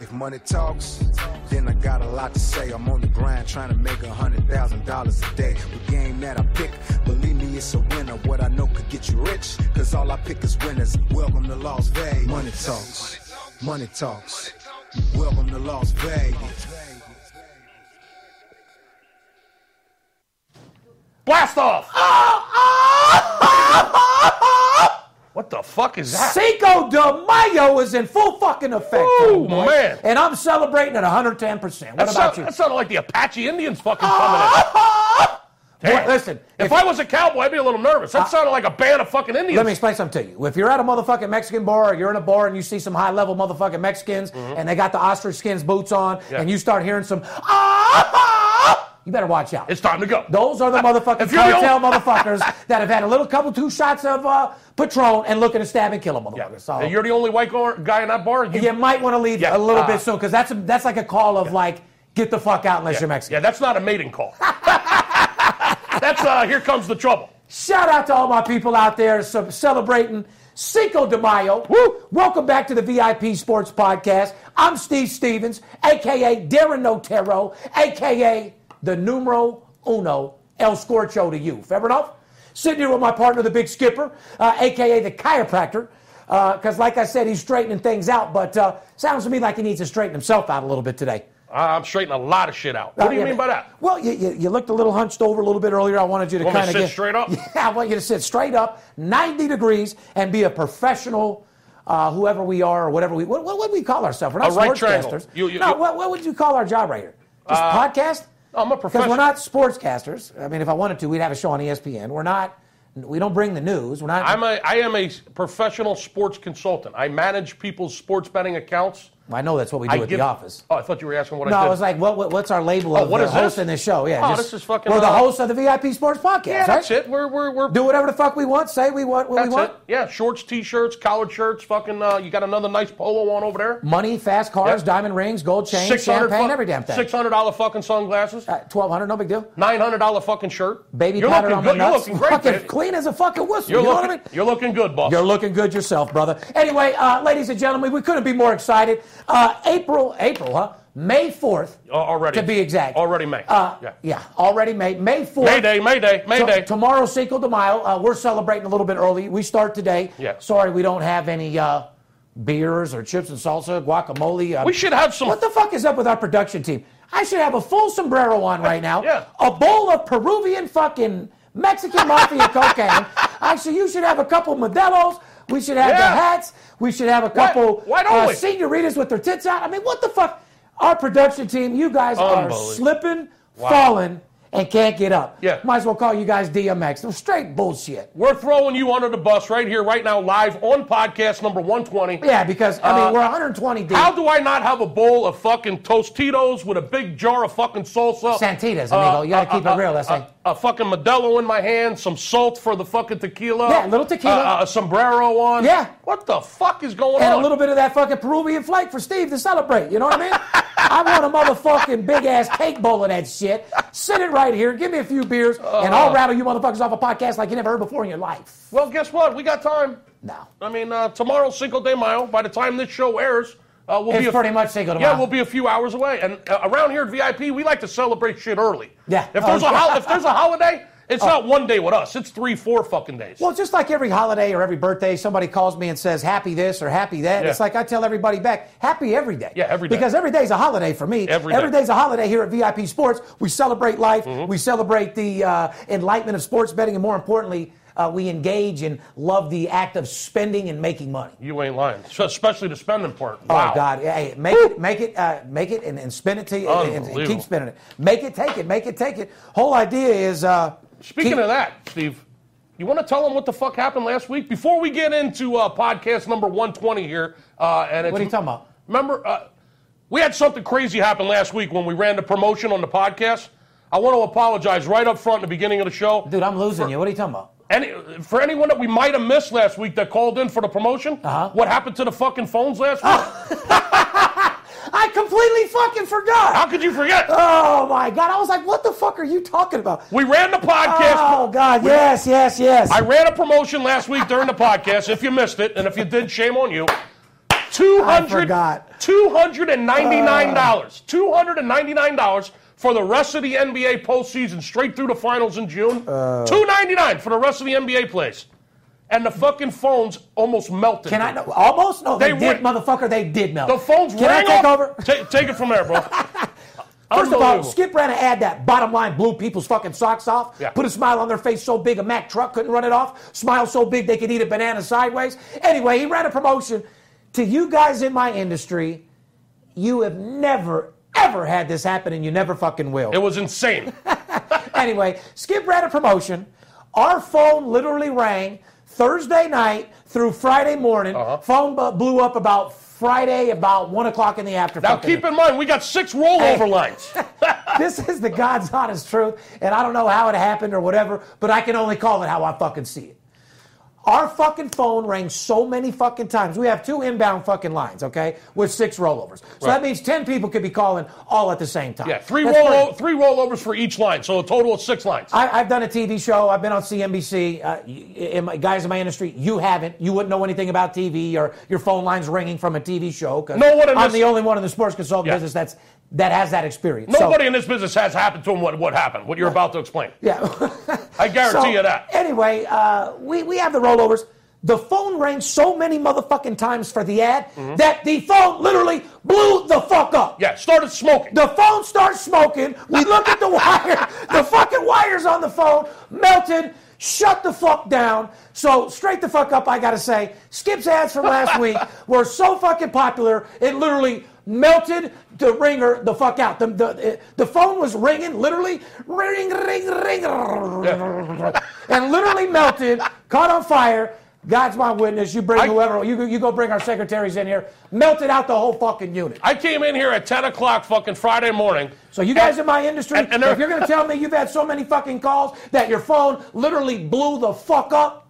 If money talks, then I got a lot to say. I'm on the grind trying to make a hundred thousand dollars a day. The game that I pick, believe me, it's a winner. What I know could get you rich, cause all I pick is winners. Welcome to Las Vegas. Money talks, money talks. Welcome to Las Vegas. Blast off! what the fuck is that? Cinco de Mayo is in full fucking effect. Ooh, homeboy. man. And I'm celebrating at 110%. What that, about sound- you? that sounded like the Apache Indians fucking coming in. Damn. Boy, listen, if, if- Uh, I was a cowboy, I'd be a little nervous. That sounded like a band of fucking Indians. Let me explain something to you. If you're at a motherfucking Mexican bar or you're in a bar and you see some high level motherfucking Mexicans and they got the ostrich skins boots on Mm-hmm. Yeah. and you start hearing some, ah, ah, you better watch out. it's time to go. Those are the motherfucking If you're the cartel only- motherfuckers that have had a little couple, two shots of uh, Patron and looking to stab and kill a motherfucker. Yeah. So You're the only white go- guy in that bar. You, you might want to leave a Yeah. little Ah. bit soon because that's, a- that's like a call of like, get the fuck out unless yeah. you're Mexican. Yeah, that's not a mating call. that's uh, here comes the trouble. Shout out to all my people out there ce- celebrating Cinco de Mayo. Woo! Welcome back to the VIP Sports Podcast. I'm Steve Stevens, aka Darren Otero, aka the numero uno El Scorcho to you. Fair enough? Sitting here with my partner, the Big Skipper, uh, aka the chiropractor. Because, like I said, he's straightening things out, but uh, sounds to me like he needs to straighten himself out a little bit today. Uh, I'm straightening a lot of shit out. What do you Uh, yeah, mean by that? Well, you, you, you looked a little hunched over a little bit earlier. I wanted you to Want me to kind of sit get straight up? Yeah, I want you to sit straight up, 90 degrees, and be a professional. Uh, whoever we are, or whatever we what, what would we call ourselves? We're not A right triangle. sportscasters. You- you- no, you- Uh, what, what would you call our job right here? Just podcast? I'm a Because professional. we're not sportscasters. I mean, if I wanted to, we'd have a show on E ESPN. We're not. We don't bring the news. We're not. I'm a I am a professional sports consultant. I manage people's sports betting accounts. I know that's what we do I at give- the office. Oh, I thought you were asking what No, I did. I was like, what, what, what's our label Oh, of what the is this? host in this show? Yeah, Oh, just, this is fucking, We're the uh, host of the VIP Sports Podcast. yeah, that's right? it. We're we're we're Do whatever the fuck we want. Say we want what that's we want. it. Yeah, shorts, t-shirts, collared shirts. Fucking, uh, you got another nice polo on over there. Money, fast cars, Yep. diamond rings, gold chains, champagne, every damn thing. Six hundred dollar fucking sunglasses. Uh, Twelve hundred, no big deal. Nine hundred dollar fucking shirt. Baby you're powder looking on good. my nuts. You're looking fucking great. baby. clean as a fucking whistle. You're you know looking. what I mean? You're looking good, boss. You're looking good yourself, brother. Anyway, uh, ladies and gentlemen, we couldn't be more excited. Uh, April, April, huh? May fourth, Al- already to be exact. Already May. Uh, yeah. yeah, already May. May fourth. Mayday, Mayday, Mayday. tomorrow, Cinco de Mayo. Uh, we're celebrating a little bit early. We start today. Yeah. Sorry, we don't have any uh, beers or chips and salsa, guacamole. Uh, we should have some. What the fuck is up with our production team? I should have a full sombrero on right now. Yeah. A bowl of Peruvian fucking Mexican mafia cocaine. Actually, you should have a couple Modelo's. We should have Yeah. the hats. We should have a couple Why don't uh, we? senoritas with their tits out. I mean, what the fuck? Our production team, you guys are Unbelievable. slipping, falling, and can't get up. Yeah. Might as well call you guys DMX. No straight bullshit. We're throwing you under the bus right here, right now, live on podcast number 120. Yeah, because I Uh, mean we're 120 deep. How do I not have a bowl of fucking Tostitos with a big jar of fucking salsa? Uh, Santitas, amigo. You gotta keep it real, that's a, like- a fucking Modelo in my hand, some salt for the fucking tequila. Yeah, a little tequila. uh, a sombrero on. Yeah. What the fuck is going and on? a little bit of that fucking Peruvian flake for Steve to celebrate. You know what I mean? I want a motherfucking big ass cake bowl of that shit. Sit it right here. Give me a few beers, and Oh. I'll rattle you motherfuckers off a podcast like you never heard before in your life. Well, guess what? We got time. No. I mean, uh, tomorrow's Cinco de Mayo. By the time this show airs, uh, we'll It's be a- pretty much Cinco de Yeah, Mayo. we'll be a few hours away. And uh, around here at VIP, we like to celebrate shit early. Yeah. If there's Oh, a yeah. Oh. hol- if there's a holiday, it's not one day with us. It's three, four fucking days. Well, just like every holiday or every birthday, somebody calls me and says happy this or happy that. Yeah. It's like I tell everybody back, happy every day. Yeah, every day. Because every day's a holiday for me. every Every day. Mm-hmm. day's a holiday here at VIP Sports. We celebrate life. We celebrate the uh, enlightenment of sports betting, and more importantly, uh, we engage and love the act of spending and making money. you ain't lying, So- especially the spending part. Oh God! Hey, make it, make it, uh, make it, and, and spin it to you, and, and- and Unbelievable. keep spinning it. Make it, take it, make it, take it. Whole idea is. Uh, Speaking keep- of that, Steve, you want to tell them what the fuck happened last week before we get into uh, podcast number 120 here? Uh, and it's, What are you talking about? Remember, uh, we had something crazy happen last week when we ran the promotion on the podcast. I want to apologize right up front in the beginning of the show. dude, I'm losing you. What are you talking about? Any, for anyone that we might have missed last week that called in for the promotion, Uh-huh. Ah. what happened to the fucking phones last week? I completely fucking forgot. How could you forget? Oh my god! I was like, "What the fuck are you talking about?" We ran the podcast. Oh god! Yes, yes, yes. I ran a promotion last week during the podcast. If you missed it, and if you did, shame on you. Two hundred, forgot. two hundred and ninety-nine dollars. Two hundred and ninety-nine dollars for the rest of the NBA postseason, straight through the finals in June. Uh. Two ninety-nine for the rest of the NBA plays, and the fucking phones almost melted. Can I? No, almost. No, they, They did, were- motherfucker. They did know. The phones Can I rang take off- over? Ta- take it from there, bro. First of all, Unbelievable. Skip ran an ad that bottom line blew people's fucking socks off. Yeah. Put a smile on their face so big a Mack truck couldn't run it off. Smile so big they could eat a banana sideways. Anyway, he ran a promotion to you guys in my industry. You have never ever had this happen, and you never fucking will. It was insane. anyway, Skip ran a promotion. Our phone literally rang Thursday night through Friday morning. Uh-huh. Phone bu- blew up about Friday, about one o'clock in the afternoon. Now keep in mind, we got six rollover lines. this is the God's honest truth, and I don't know how it happened or whatever, but I can only call it how I fucking see it. Our fucking phone rang so many fucking times. We have two inbound fucking lines, okay, with six rollovers. So that Right. means ten people could be calling all at the same time. Yeah, three That's great. rollo- three rollovers for each line, so a total of six lines. I, I've done a TV show. I've been on CNBC. Uh, y- in my, guys in my industry, you haven't. You wouldn't know anything about TV or your phone lines ringing from a TV show. 'cause No one in I'm this- the only one in the sports consulting Yeah. business that's that has that experience. So- Nobody in this business has happened to him what, what happened, what you're about to explain. yeah. I guarantee So, you that. Anyway, uh, we, we have the rollovers. The phone rang so many motherfucking times for the ad Mm-hmm. that the phone literally blew the fuck up. Yeah, started smoking. The phone starts smoking. We look at the wire. The fucking wires on the phone melted. Shut the fuck down. So straight the fuck up. I gotta say, Skip's ads from last week were so fucking popular. It literally melted the ringer the fuck out. The the, it- the phone was ringing, literally ring ring ring, and literally melted, caught on fire. God's my witness. You bring I- whoever you you go bring our secretaries in here. Melted out the whole fucking unit. I came in here at 10 o'clock fucking Friday morning. So you guys in my industry, and- and there- if you're going to tell me you've had so many fucking calls that your phone literally blew the fuck up,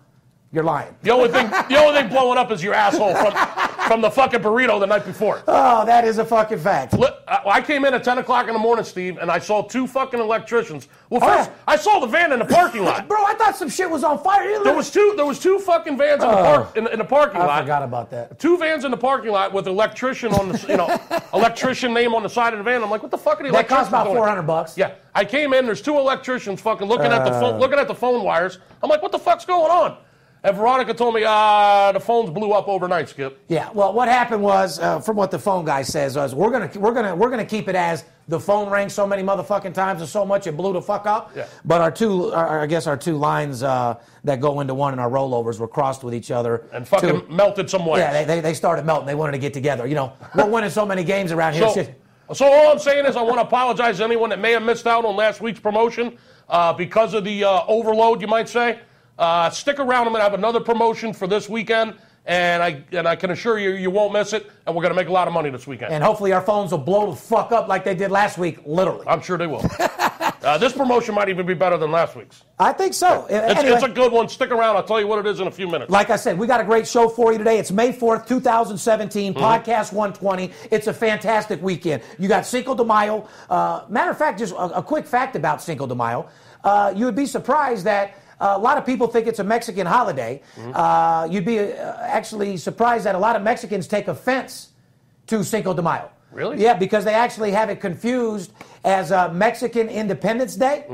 you're lying. The only thing, the only thing blowing up is your asshole from, from the fucking burrito the night before. Oh, that is a fucking fact. Li- I I came in at 10 o'clock in the morning, Steve, and I saw two fucking electricians. Well, Oh, first, yeah. I saw the van in the parking lot. Bro, I thought some shit was on fire. It There was two, there was two fucking vans in the, park, in, in the parking Oh. I lot. forgot about that. Two vans in the parking lot with electrician on the, you know, electrician name on the side of the van. I'm like, what the fuck are the That electricians cost about doing? 400 bucks. Yeah, I came in. There's two electricians fucking looking at the phone, looking at the phone wires. I'm like, what the fuck's going on? And Veronica told me, uh, the phones blew up overnight, Skip. Yeah. Well, what happened was, uh, from what the phone guy says, was we're gonna we're gonna we're gonna keep it as the phone rang so many motherfucking times and so much it blew the fuck up. Yeah. But our two, our, our- I guess our two lines uh, that go into one and our rollovers were crossed with each other And fucking to- melted some wires. Yeah, they, they, they started melting. They wanted to get together. You know, we're winning so many games around here. so, Shit. so all I'm saying is I want to apologize to anyone that may have missed out on last week's promotion uh, because of the uh, overload, you might say. Uh, stick around. I'm going to have another promotion for this weekend, and I, and I can assure you, you won't miss it, and we're going to make a lot of money this weekend. And hopefully our phones will blow the fuck up like they did last week, literally. I'm sure they will. uh, this promotion might even be better than last week's. I think so. It's, anyway, it's a good one. Stick around. I'll tell you what it is in a few minutes. like I said, we got a great show for you today. It's May 4th, 2017, Podcast 120. It's a fantastic weekend. You got Cinco de Mayo. Uh, matter of fact, just a, a quick fact about Cinco de Mayo. Uh, you would be surprised that uh, a lot of people think it's a Mexican holiday. Uh, you'd be uh, actually surprised that a lot of Mexicans take offense to Cinco de Mayo. Really? Yeah, because they actually have it confused as uh, Mexican Independence Day.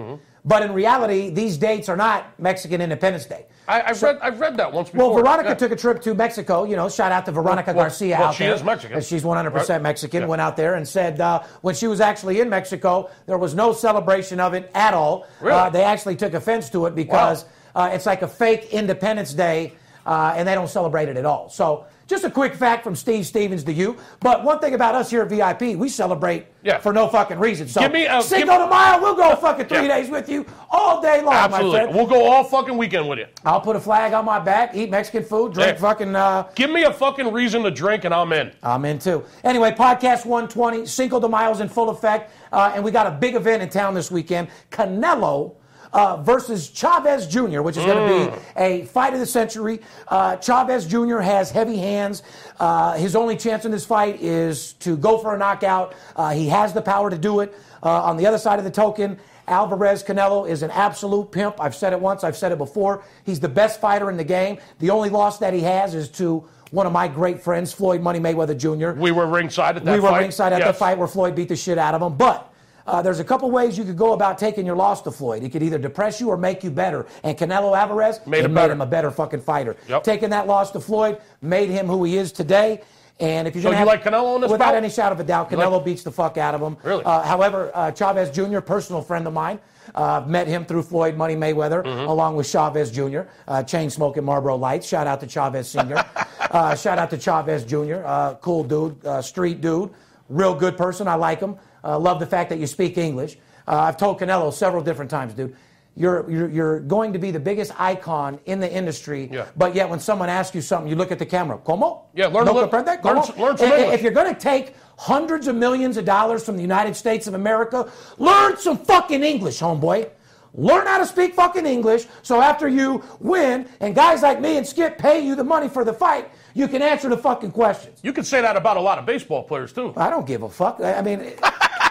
But in reality, these dates are not Mexican Independence Day. I, I've read I've read that once Well, before. Veronica Yeah. took a trip to Mexico. You know, shout out to Veronica Well, well, Garcia well, out she there. is Mexican. And She's 100% Right. Mexican. Yeah. Went out there and said uh, when she was actually in Mexico, there was no celebration of it at all. Really? Uh, they actually took offense to it because uh, it's like a fake Independence Day, uh, and they don't celebrate it at all. So, just a quick fact from Steve Stevens to you. But one thing about us here at VIP, we celebrate Yeah. for no fucking reason. So, Give me a- Cinco de give- Mayo, we'll go fucking three Yeah. days with you all day long, my Absolutely. friend. We'll go all fucking weekend with you. I'll put a flag on my back, eat Mexican food, drink Yeah. fucking. Uh, Give me a fucking reason to drink, and I'm in. I'm in too. Anyway, podcast 120, Cinco de Miles in full effect, uh, and we got a big event in town this weekend. Canelo uh, versus Chavez Jr., which is going to be a fight of the century. Uh, Chavez Jr. has heavy hands. Uh, his only chance in this fight is to go for a knockout. Uh, he has the power to do it. Uh, on the other side of the token, Alvarez Canelo is an absolute pimp. I've said it once, I've said it before. He's the best fighter in the game. The only loss that he has is to one of my great friends, Floyd Money Mayweather Jr. We were ringside at that we fight. were ringside at the Yes. fight where Floyd beat the shit out of him. But uh, there's a couple ways you could go about taking your loss to Floyd. It could either depress you or make you better. And Canelo Alvarez Made it him better. him a better fucking fighter. Yep. Taking that loss to Floyd made him who he is today. And if you're So gonna have- you like Canelo in this without bout? any shadow of a doubt, Canelo beats the fuck out of him. Really? Uh, however, uh, Chavez Jr., personal friend of mine, uh, met him through Floyd Money Mayweather, along with Chavez Jr., uh, chain smoking Marlboro Lights. Shout out to Chavez Sr. uh, shout out to Chavez Jr., uh, cool dude, uh, street dude, real good person. I like him. Uh, love the fact that you speak English. Uh, I've told Canelo several different times, dude. You're, you're, you're going to be the biggest icon in the industry, Yeah. but yet when someone asks you something, you look at the camera. ¿Cómo? Yeah, learn a no little- comprende? learn ¿Cómo? s- learn some And- and English. If you're going to take hundreds of millions of dollars from the United States of America, learn some fucking English, homeboy. Learn how to speak fucking English so after you win and guys like me and Skip pay you the money for the fight, you can answer the fucking questions. You could say that about a lot of baseball players too. I don't give a fuck. I I mean,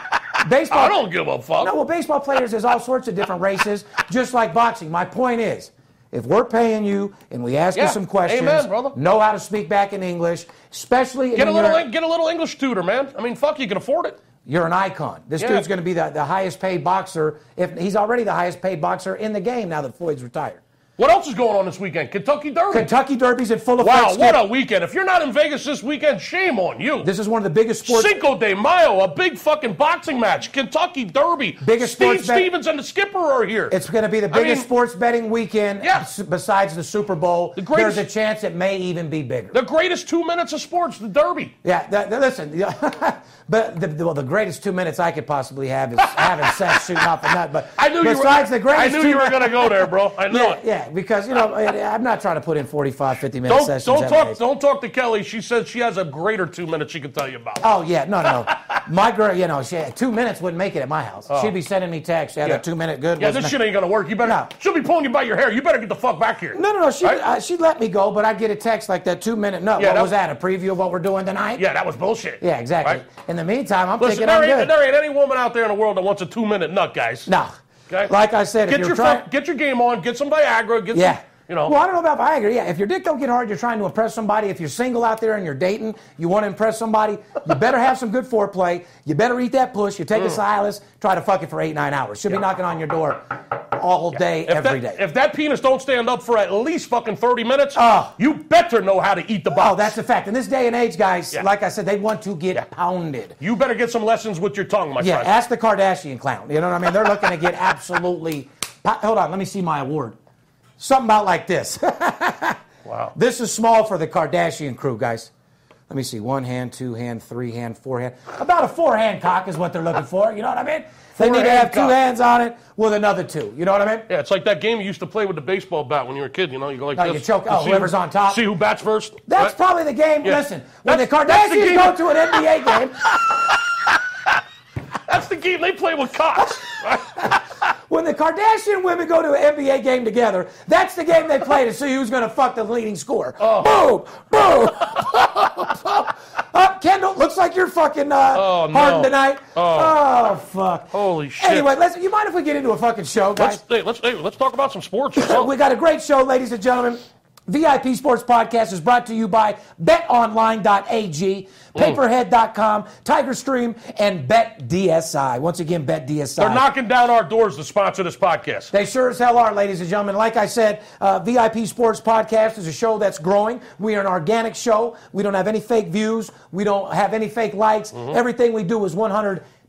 baseball. I don't give a fuck. No, well, baseball players, there's all sorts of different races, just like boxing. My point is, if we're paying you and we ask Yeah. you some questions, Amen, brother. know how to speak back in English, especially get a when little you're, Eng- get a little English tutor, man. I mean, fuck, you can afford it. you're an icon. This Yeah. dude's going to be the, the highest paid boxer. If He's already the highest paid boxer in the game now that Floyd's retired. What else is going on this weekend? Kentucky Derby. Kentucky Derby's in full effect. wow, Skip. what a weekend! If you're not in Vegas this weekend, shame on you. This is one of the biggest sports. Cinco de Mayo, a big fucking boxing match, Kentucky Derby. Biggest Steve sports bet- Stevens and the Skipper are here. It's going to be the I biggest mean- sports betting weekend Yeah. s- besides the Super Bowl. The greatest- There's a chance it may even be bigger. the greatest two minutes of sports, the Derby. Yeah, th- th- listen, yeah, but the, the- well, the greatest two minutes I could possibly have is having sex, shooting off a nut. But I knew you were. besides the I greatest knew two you were mi- going to go there, bro. I knew Yeah, it. yeah, because you know I- I'm not trying to put in 45, 50 minute Don't, sessions. don't every talk. day. Don't talk to Kelly. She says she has a greater two minutes she can tell you about. Oh yeah, no, no, no. My girl, you know, she, two minutes wouldn't make it at my house. She'd be sending me texts. Yeah, Oh. Yeah. the two minute good. yeah, was this not- shit ain't going to work. You better. No. She'll be pulling you by your hair. You better get the fuck back here. No, no, no. She Right? uh, she let me go, but I'd get a text like that two minute nut. Yeah, what that- was that? A preview of what we're doing tonight? yeah, that was bullshit. Yeah, exactly. Right? In the meantime, I'm Listen, thinking there I'm ain't, good. there ain't any woman out there in the world that wants a two minute nut, guys. No. Okay? Like I said, if get you're your trying, fuck- get your game on. Get some Viagra. Get Yeah. some. You know. Well, I don't know about Viagra. Yeah, if your dick don't get hard, you're trying to impress somebody. If you're single out there and you're dating, you want to impress somebody, you better have some good foreplay. You better eat that push. You take Mm. a Silas, try to fuck it for eight, nine hours. She'll be knocking on your door all day, if every day. that, if that penis don't stand up for at least fucking 30 minutes, Oh. you better know how to eat the box. oh, that's a fact. In this day and age, guys, Yeah. like I said, they want to get pounded. You better get some lessons with your tongue, my Yeah, friend. ask the Kardashian clown. You know what I mean? They're looking to get absolutely. po- Hold on, let me see my award. Something about like this. wow. This is small for the Kardashian crew, guys. Let me see. One hand, two hand, three hand, four hand. About a four hand cock is what they're looking for. You know what I mean? They need to Four-hand have two cock. hands on it with another two. You know what I mean? Yeah, it's like that game you used to play with the baseball bat when you were a kid. You know, you go like No, this. you choke- to oh, see whoever's who- on top. See who bats first. That's Right? probably the game. Yeah. Listen, when the That's- that's the Kardashians game. go to an NBA game, That's the game they play with cocks. when the Kardashian women go to an NBA game together, that's the game they play to see who's going to fuck the leading scorer. Oh. Boom, boom, boom. Up, Kendall, looks like you're fucking uh, Oh, no. Harden tonight. Oh. fuck. Holy shit. Anyway, let's, you mind if we get into a fucking show, guys? let's, hey, let's, hey, let's talk about some sports. or something. we got a great show, ladies and gentlemen. VIP Sports Podcast is brought to you by betonline.ag, paperhead.com, Tigerstream, and BetDSI. Once again, BetDSI. They're knocking down our doors to sponsor this podcast. They sure as hell are, ladies and gentlemen. Like I said, uh, VIP Sports Podcast is a show that's growing. We are an organic show. We don't have any fake views. We don't have any fake likes. Mm-hmm. Everything we do is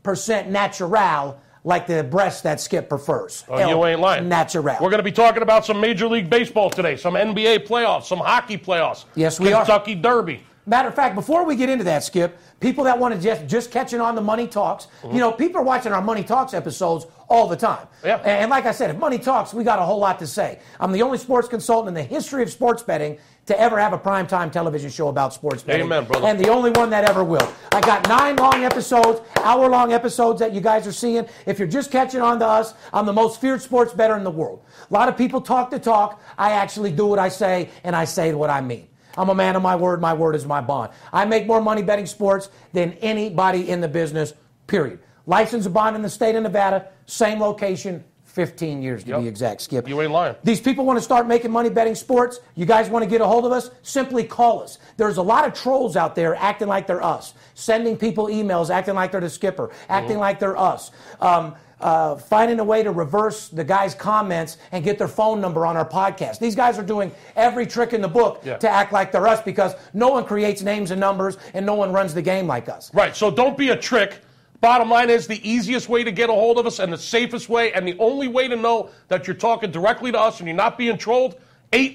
100% natural, like the breast that Skip prefers. Oh, you ain't lying. Natural. We're going to be talking about some Major League Baseball today, some NBA playoffs, some hockey playoffs. Yes, we are. Kentucky Derby. Matter of fact, before we get into that, Skip, people that want to just just catching on the Money Talks, Mm-hmm. you know, people are watching our Money Talks episodes all the time. Yeah. And, and like I said, if Money Talks, we got a whole lot to say. I'm the only sports consultant in the history of sports betting to ever have a primetime television show about sports betting. Amen, brother. And the only one that ever will. I got nine long episodes, hour long episodes that you guys are seeing. If you're just catching on to us, I'm the most feared sports bettor in the world. A lot of people talk the talk. I actually do what I say, and I say what I mean. I'm a man of my word. My word is my bond. I make more money betting sports than anybody in the business, period. License and bond in the state of Nevada, same location, 15 years to Yep. be exact, Skip. You ain't lying. These people want to start making money betting sports. You guys want to get a hold of us? Simply call us. There's a lot of trolls out there acting like they're us, sending people emails acting like they're the skipper, acting like they're us. Um, uh, finding a way to reverse the guy's comments and get their phone number on our podcast. These guys are doing every trick in the book Yeah. to act like they're us because no one creates names and numbers and no one runs the game like us. Right. So don't be a trick. Bottom line is the easiest way to get a hold of us and the safest way and the only way to know that you're talking directly to us and you're not being trolled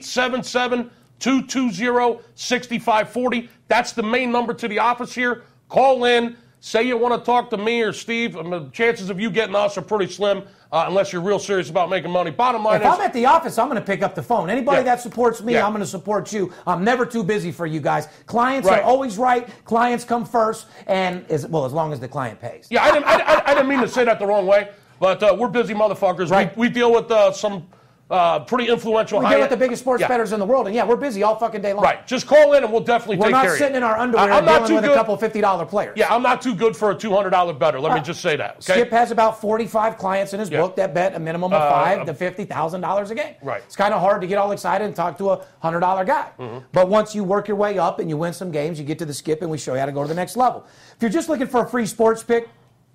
877 220 6540. That's the main number to the office here. Call in. Say you want to talk to me or Steve. I mean, the chances of you getting us are pretty slim uh, unless you're real serious about making money. Bottom line If I'm is at the office, I'm going to pick up the phone. Anybody Yeah. that supports me, Yeah. I'm going to support you. I'm never too busy for you guys. Clients Right. are always right. Clients come first, and as well as long as the client pays. Yeah, I didn't, I, I, I didn't mean to say that the wrong way, but uh, we're busy motherfuckers. Right. We, we deal with uh, some uh, pretty influential. We deal with high- the biggest sports Yeah. bettors in the world, and yeah, we're busy all fucking day long. Right. Just call in and we'll definitely We're take not care of you. sitting in our underwear I- I'm and not dealing too with good- a couple fifty dollar players. Yeah, I'm not too good for a $200 better. Let me Uh, just say that. Okay? Skip has about 45 clients in his Yeah. book that bet a minimum of Uh, five uh, to fifty thousand dollars a game. Right. Mm-hmm. It's kind of hard to get all excited and talk to a hundred dollar guy. But once you work your way up and you win some games, you get to the skip, and we show you how to go to the next level. If you're just looking for a free sports pick.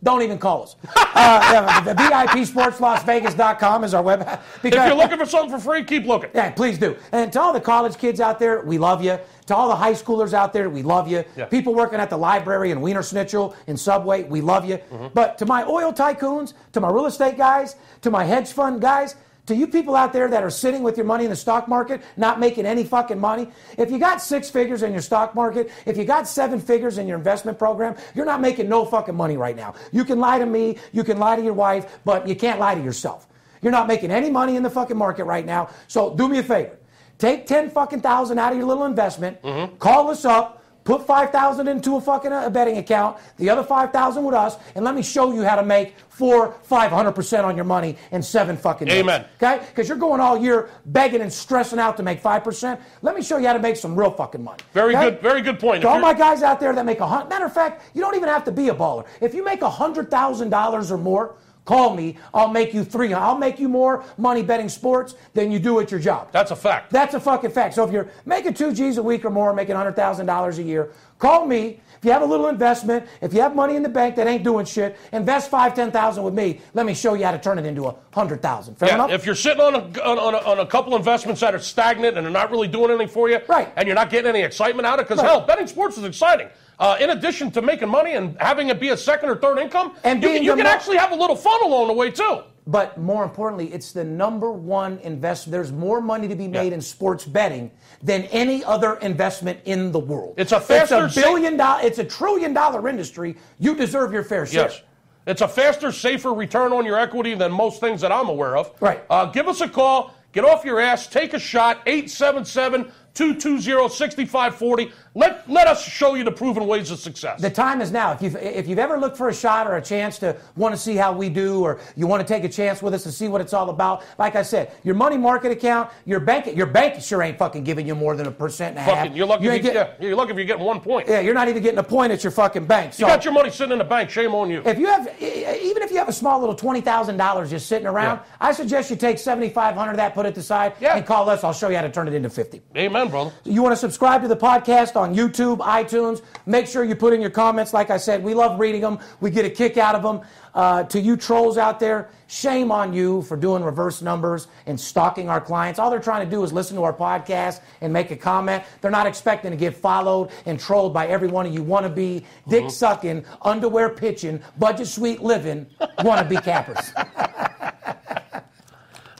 Don't even call us. uh, the VIPSportsLasVegas.com is our web. Because if you're looking for something for free, keep looking. yeah, please do. And to all the college kids out there, we love you. To all the high schoolers out there, we love you. Yeah. People working at the library in Wiener Schnitzel and Subway, we love you. But to my oil tycoons, to my real estate guys, to my hedge fund guys, to you people out there that are sitting with your money in the stock market, not making any fucking money, if you got six figures in your stock market, if you got seven figures in your investment program, you're not making no fucking money right now. You can lie to me, you can lie to your wife, but you can't lie to yourself. You're not making any money in the fucking market right now. So do me a favor. Take 10 fucking thousand out of your little investment. Mm-hmm. Call us up. Put 5,000 into a fucking uh, betting account, the other 5,000 with us, and let me show you how to make four, 500% on your money in seven fucking days. Amen. Okay? Because you're going all year begging and stressing out to make 5%. Let me show you how to make some real fucking money. Very Okay? good. Very good point. To If all you're- my guys out there that make a hundred. Matter of fact, you don't even have to be a baller. If you make a hundred thousand dollars or more, call me. I'll make you three. I'll make you more money betting sports than you do at your job. That's a fact. That's a fucking fact. So if you're making two G's a week or more, making hundred thousand dollars a year, call me. If you have a little investment, if you have money in the bank that ain't doing shit, invest five, ten thousand with me. Let me show you how to turn it into a hundred thousand. Fair yeah, enough. if you're sitting on a, on, on, a, on a couple investments that are stagnant and are not really doing anything for you, Right. and you're not getting any excitement out of it, because Right. hell, betting sports is exciting. Uh, in addition to making money and having it be a second or third income, And you, being can- you the can mo- actually have a little fun along the way, too. But more importantly, it's the number one investment. There's more money to be made Yeah. in sports betting than any other investment in the world. It's a faster It's sa- a billion dollar. It's a trillion dollar industry. You deserve your fair share. Yes. It's a faster, safer return on your equity than most things that I'm aware of. Right. Uh, give us a call. Get off your ass. Take a shot. 877 220 6540. Let let us show you the proven ways of success. The time is now. If you've, if you've ever looked for a shot or a chance to want to see how we do, or you want to take a chance with us and see what it's all about, like I said, your money market account, your bank, your bank sure ain't fucking giving you more than a percent and a half. Fucking, you're lucky. You if ain't you, get- yeah, you're lucky if you're getting one point. yeah, you're not even getting a point at your fucking bank. So You got your money sitting in the bank. Shame on you. If you have, e- even if you have a small little twenty thousand dollars just sitting around, Yeah. I suggest you take seventy five hundred of that, put it aside, Yeah. and call us. I'll show you how to turn it into fifty. Amen, brother. You want to subscribe to the podcast on YouTube, iTunes. Make sure you put in your comments. Like I said, we love reading them. We get a kick out of them. Uh, to you trolls out there, shame on you for doing reverse numbers and stalking our clients. All they're trying to do is listen to our podcast and make a comment. They're not expecting to get followed and trolled by every one of you wannabe, dick sucking, underwear pitching, budget sweet living, wannabe cappers.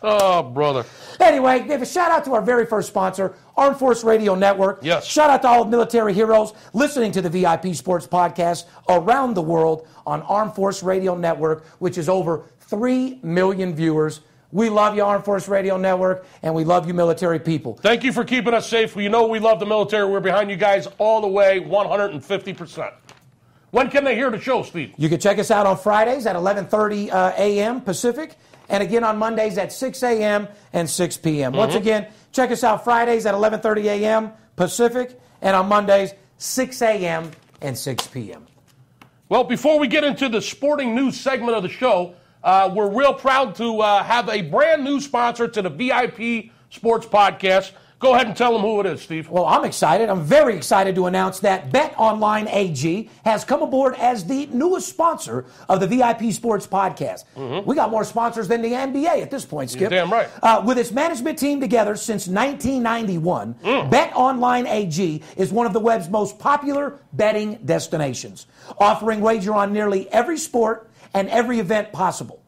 Oh, brother. Anyway, David, shout out to our very first sponsor, Armed Force Radio Network. Yes. Shout out to all military heroes listening to the VIP Sports Podcast around the world on Armed Force Radio Network, which is over 3 million viewers. We love you, Armed Force Radio Network, and we love you, military people. Thank you for keeping us safe. You know we love the military. We're behind you guys all the way, 150%. When can they hear the show, Steve? You can check us out on Fridays at 11:30 uh, a.m. Pacific, and again on Mondays at 6 a.m. and 6 p.m. Mm-hmm. Once again, check us out Fridays at 11:30 a.m. Pacific, and on Mondays 6 a.m. and 6 p.m. Well, before we get into the sporting news segment of the show, uh, we're real proud to uh, have a brand new sponsor to the VIP Sports Podcast. Go ahead and tell them who it is, Steve. Well, I'm excited. I'm very excited to announce that Bet Online AG has come aboard as the newest sponsor of the VIP Sports Podcast. We got more sponsors than the NBA at this point, Skip. Mm-hmm. damn right. Uh, with its management team together since 1991, Mm. Bet Online AG is one of the web's most popular betting destinations, offering wager on nearly every sport and every event possible.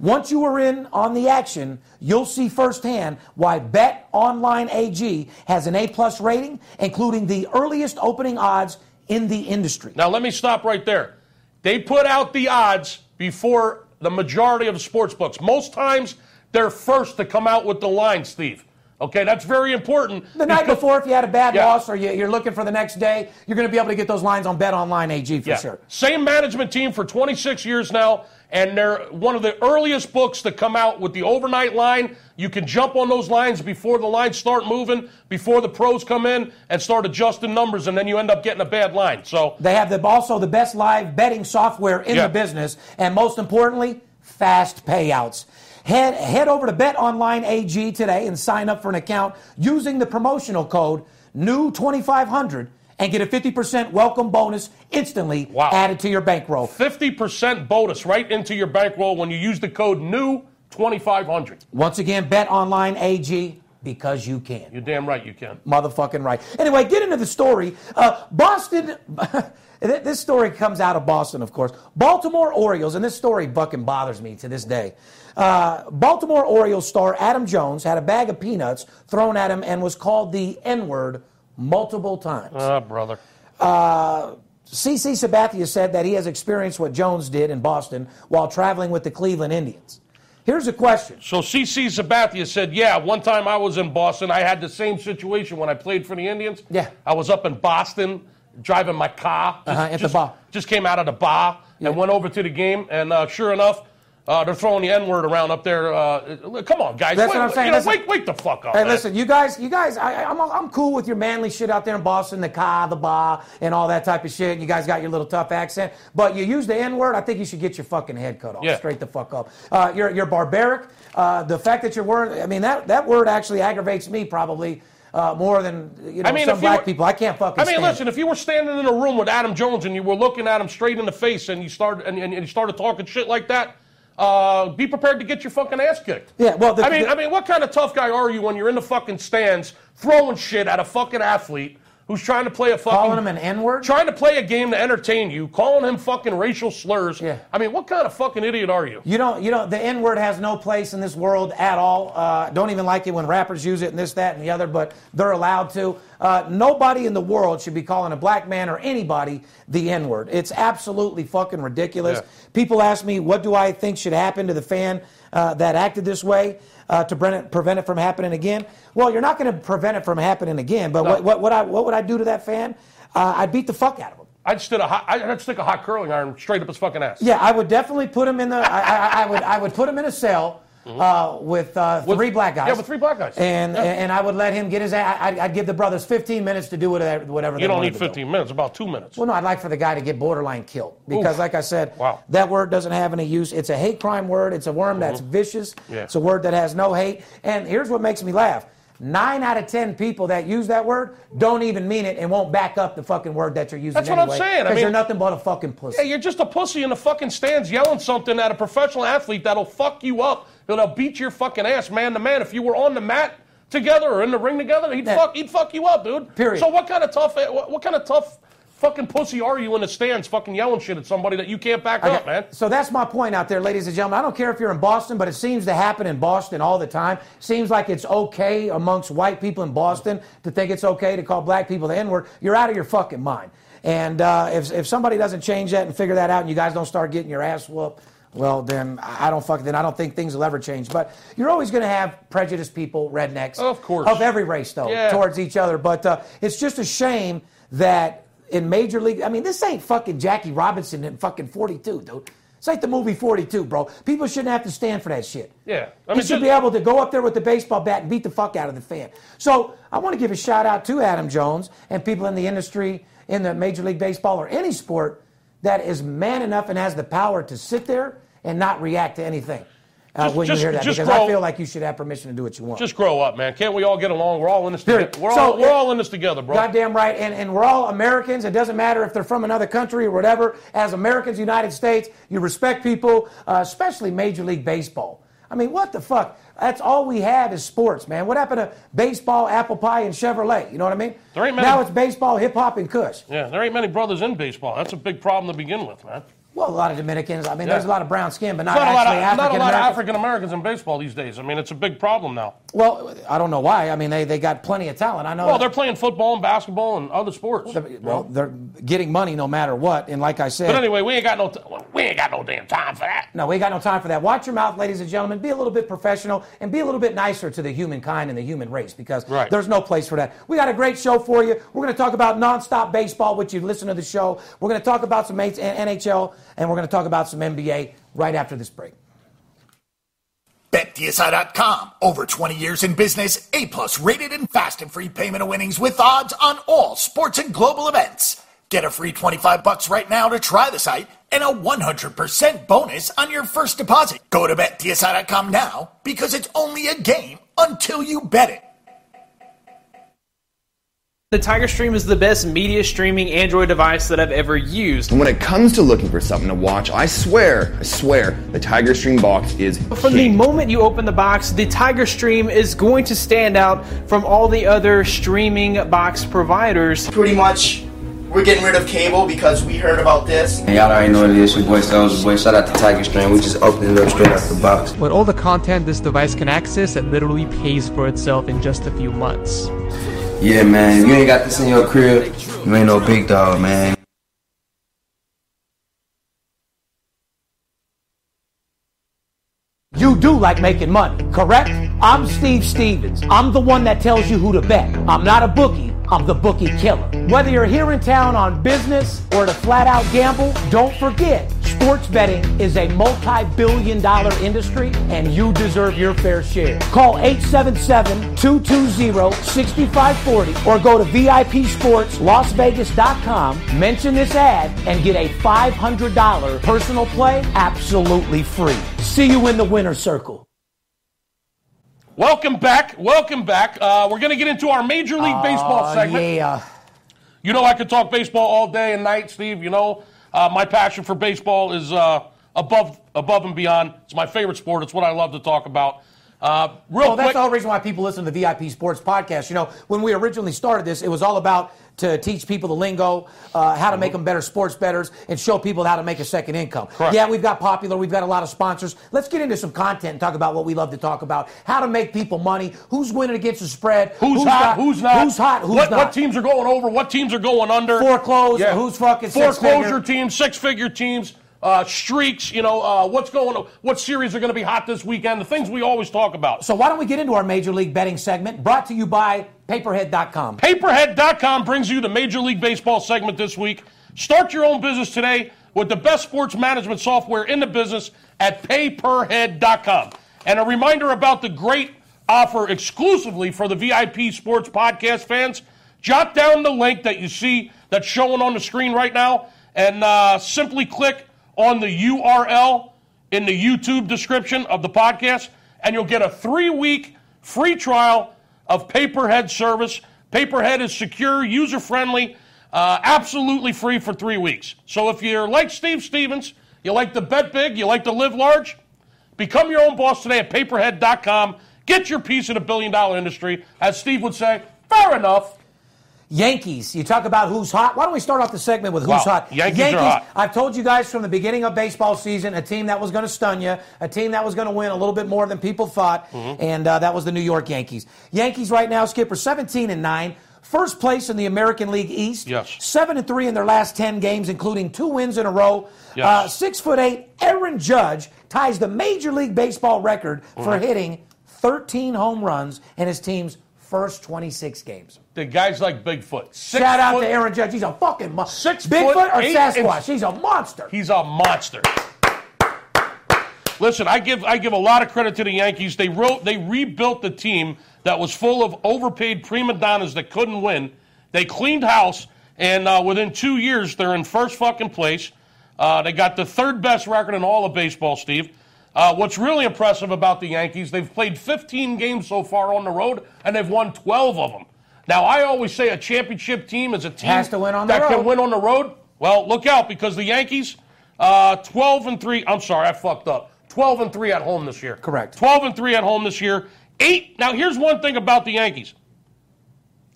Once you are in on the action, you'll see firsthand why Bet Online AG has an A plus rating, including the earliest opening odds in the industry. Now, let me stop right there. They put out the odds before the majority of the sports books. Most times, they're first to come out with the line, Steve. Okay, that's very important. The night because- before, if you had a bad Yeah. loss or you, you're looking for the next day, you're going to be able to get those lines on Bet Online AG for Yeah. sure. Same management team for 26 years now, and they're one of the earliest books to come out with the overnight line. You can jump on those lines before the lines start moving, before the pros come in and start adjusting numbers, and then you end up getting a bad line. So They have the, also the best live betting software in Yeah. the business, and most importantly, fast payouts. Head, head over to BetOnline AG today and sign up for an account using the promotional code E NEW2500 and get a 50% welcome bonus instantly Wow. added to your bankroll. 50% bonus right into your bankroll when you use the code E NEW2500. Once again, BetOnline AG because you can. You're damn right you can. motherfucking right. Anyway, get into the story. Uh, Boston. th- this story comes out of Boston, of course. Baltimore Orioles, and this story fucking bothers me to this day. Uh, Baltimore Orioles star Adam Jones had a bag of peanuts thrown at him and was called the N word multiple times. Ah, brother. CC Sabathia said that he has experienced what Jones did in Boston while traveling with the Cleveland Indians. Here's a question. So CC Sabathia said, "Yeah, one time I was in Boston. I had the same situation when I played for the Indians. Yeah. I was up in Boston driving my car. Just, Uh-huh, at the just- bar. Just came out of the bar and went over to the game, and uh, sure enough." Uh, they're throwing the N word around up there. Uh, come on, guys. That's wait, what I'm saying. You know, Listen. wake, wake the fuck up. Hey, man. listen, you guys, you guys, I, I- I'm, I'm cool with your manly shit out there in Boston, the car, the bar, and all that type of shit. And you guys got your little tough accent, but you use the N word. I think you should get your fucking head cut off, Yeah. straight the fuck up. Uh, you're you're barbaric. Uh, the fact that you're word, I mean that that word actually aggravates me probably uh, more than you know I mean, some if you black were- people. I can't fucking. I mean, stand it. listen. If you were standing in a room with Adam Jones and you were looking at him straight in the face and you started and, and, and you started talking shit like that, uh, be prepared to get your fucking ass kicked. Yeah, well, the- I mean, the- I mean, what kind of tough guy are you when you're in the fucking stands throwing shit at a fucking athlete who's trying to play a fucking calling him an N word. trying to play a game to entertain you, calling him fucking racial slurs? Yeah. I mean, what kind of fucking idiot are you? You don't, you don't, the N word has no place in this world at all. Uh, don't even like it when rappers use it and this, that, and the other, but they're allowed to. Uh, nobody in the world should be calling a black man or anybody the N word. It's absolutely fucking ridiculous. Yeah. People ask me, what do I think should happen to the fan uh, that acted this way uh, to prevent it, prevent it from happening again? Well, you're not going to prevent it from happening again, but what, what, what, I, what would I do to that fan? Uh, I'd beat the fuck out of him. I'd stick a hot, I'd stick a hot curling iron straight up his fucking ass. Yeah, I would definitely put him in the. I, I, I would. I would put him in a cell uh, with, uh, three black guys. yeah, Mm-hmm. with three black guys. And and I would let him get his. a- I, I'd, I'd give the brothers 15 minutes to do whatever whatever. You they don't wanted need to do. 15 minutes. About two minutes. Well, no, I'd like for the guy to get borderline killed because, Oof. like I said, Wow. that word doesn't have any use. It's a hate crime word. It's a worm that's vicious. Mm-hmm. Yeah. It's a word that has no hate. And here's what makes me laugh. Nine out of ten people that use that word don't even mean it and won't back up the fucking word that you're using. That's what I'm saying. I Because mean- you're nothing but a fucking pussy. Yeah, you're just a pussy in the fucking stands yelling something at a professional athlete that'll fuck you up. That'll beat your fucking ass man to man. If you were on the mat together or in the ring together, he'd Yeah. fuck he'd fuck you up, dude. Period. So what kind of tough what, what kind of tough fucking pussy are you in the stands fucking yelling shit at somebody that you can't back I up, got- man? So that's my point out there, ladies and gentlemen. I don't care if you're in Boston, but it seems to happen in Boston all the time. Seems like it's okay amongst white people in Boston to think it's okay to call black people the N word. You're out of your fucking mind. And uh, if, if somebody doesn't change that and figure that out and you guys don't start getting your ass whooped, well, then I I don't fuck. Then I don't think things will ever change. But you're always going to have prejudiced people, rednecks, Of course. of every race, though, Yeah. towards each other. But uh, it's just a shame that in Major League, I mean, this ain't fucking Jackie Robinson in fucking 42, dude. This ain't the movie 42, bro. People shouldn't have to stand for that shit. Yeah. I I mean, you should just- be able to go up there with the baseball bat and beat the fuck out of the fan. So I want to give a shout out to Adam Jones and people in the industry, in the Major League Baseball or any sport that is man enough and has the power to sit there and not react to anything uh, Just- when just- you hear that. just Because grow- I feel like you should have permission to do what you want. Just grow up, man. Can't we all get along? We're all in this together. Period. We're, So, all, we're yeah. all in this together, bro. Goddamn right. And, and we're all Americans. It doesn't matter if they're from another country or whatever. As Americans, United States, you respect people, uh, especially Major League Baseball. I mean, what the fuck? That's all we have is sports, man. What happened to baseball, apple pie, and Chevrolet? You know what I mean? There ain't many- now it's baseball, hip hop, and Kush. Yeah, there ain't many brothers in baseball. That's a big problem to begin with, man. Well, a lot of Dominicans. I mean, Yeah. there's a lot of brown skin, but not, Not a, lot actually of, not a African lot of Americans. African Americans in baseball these days. I mean, it's a big problem now. Well, I don't know why. I mean, they, they got plenty of talent. I know. Well, that- they're playing football and basketball and other sports. well, they're getting money no matter what. And like I said, But anyway, we ain't got no t- we ain't got no damn time for that. No, we ain't got no time for that. Watch your mouth, ladies and gentlemen. Be a little bit professional and be a little bit nicer to the humankind and the human race because Right. there's no place for that. We got a great show for you. We're going to talk about nonstop baseball, which you listen to the show. We're going to talk about some H- NHL and we're going to talk about some NBA right after this break. BetDSI.com. Over 20 years in business, A plus rated and fast and free payment of winnings with odds on all sports and global events. Get a free 25 bucks right now to try the site and a 100% bonus on your first deposit. Go to BetDSI.com now because it's only a game until you bet it. The Tiger Stream is the best media streaming Android device that I've ever used. When it comes to looking for something to watch, I swear, I swear, the Tiger Stream box is From the king. moment you open the box, the Tiger Stream is going to stand out from all the other streaming box providers. pretty much we're getting rid of cable because we heard about this. And y'all already know what it is. Your boy Soulja Boy. Shout out to Tiger Stream. We just opened it up straight out the box. With all the content this device can access, it literally pays for itself in just a few months. Yeah, man. If you ain't got this in your crib, you ain't no big dog, man. You do like making money, correct? I'm Steve Stevens. I'm the one that tells you who to bet. I'm not a bookie. I'm the bookie killer. Whether you're here in town on business or to flat out gamble, don't forget sports betting is a multi billion dollar industry and you deserve your fair share. Call 877 220 6540 or go to VIPSportsLasVegas.com, mention this ad, and get a $500 personal play absolutely free. See you in the winner circle. Welcome back. Welcome back. Uh, we're going to get into our Major League Baseball segment. Ah, yeah. You know, I could talk baseball all day and night, Steve. You know, uh, my passion for baseball is uh, above above and beyond. It's my favorite sport. It's what I love to talk about. Uh, real Well, that's quick, the whole reason why people listen to the VIP Sports Podcast. You know, when we originally started this, it was all about to teach people the lingo, uh, how to make them better sports betters, and show people how to make a second income. Mm-hmm. Correct. Yeah, we've got popular, we've got a lot of sponsors. Let's get into some content and talk about what we love to talk about: how to make people money, who's winning against the spread, who's, hot, who's not, who's hot, who's what, not. what teams are going over, what teams are going under, Foreclosed, who's fucking six foreclosure figure. teams, six figure teams, uh, streaks. You know, uh, what's going, on, what series are going to be hot this weekend? The things we always talk about. So why don't we get into our Major League Betting segment, brought to you by Paperhead.com. Paperhead.com brings you the Major League Baseball segment this week. Start your own business today with the best sports management software in the business at paperhead.com. And a reminder about the great offer exclusively for the VIP Sports Podcast fans. Jot down the link that you see that's showing on the screen right now and uh, simply click on the URL in the YouTube description of the podcast, and you'll get a three week free trial of Paperhead service. Paperhead is secure, user friendly, uh, absolutely free for three weeks. So if you're like Steve Stevens, you like to bet big, you like to live large, become your own boss today at paperhead.com. Get your piece of the billion dollar industry. As Steve would say, fair enough. Yankees. You talk about who's hot. Why don't we start off the segment with who's Wow, hot? Yankees are hot. I've told you guys from the beginning of baseball season, a team that was going to stun you, a team that was going to win a little bit more than people thought, Mm-hmm. and uh, that was the New York Yankees. Yankees right now, Skipper, 17 and nine. First place in the American League East. Yes. Seven and three in their last ten games, including two wins in a row. Yes. Uh, six foot eight, Aaron Judge ties the Major League Baseball record Mm-hmm. for hitting 13 home runs in his team's first 26 games. The guy's like Bigfoot. Six Shout out foot- to Aaron Judge. He's a fucking monster. Six Bigfoot foot or eight Sasquatch? inch- He's a monster. He's a monster. Listen, I give I give a lot of credit to the Yankees. They wrote they rebuilt the team that was full of overpaid prima donnas that couldn't win. They cleaned house, and uh, within two years, they're in first fucking place. Uh, they got the third best record in all of baseball, Steve. Uh, what's really impressive about the Yankees, they've played 15 games so far on the road, and they've won 12 of them. Now, I always say a championship team is a team Has to win on the that road. can win on the road. Well, look out because the Yankees, uh, 12 and 3. I'm sorry, I fucked up. 12 and 3 at home this year. Correct. 12 and 3 at home this year. Eight. Now, here's one thing about the Yankees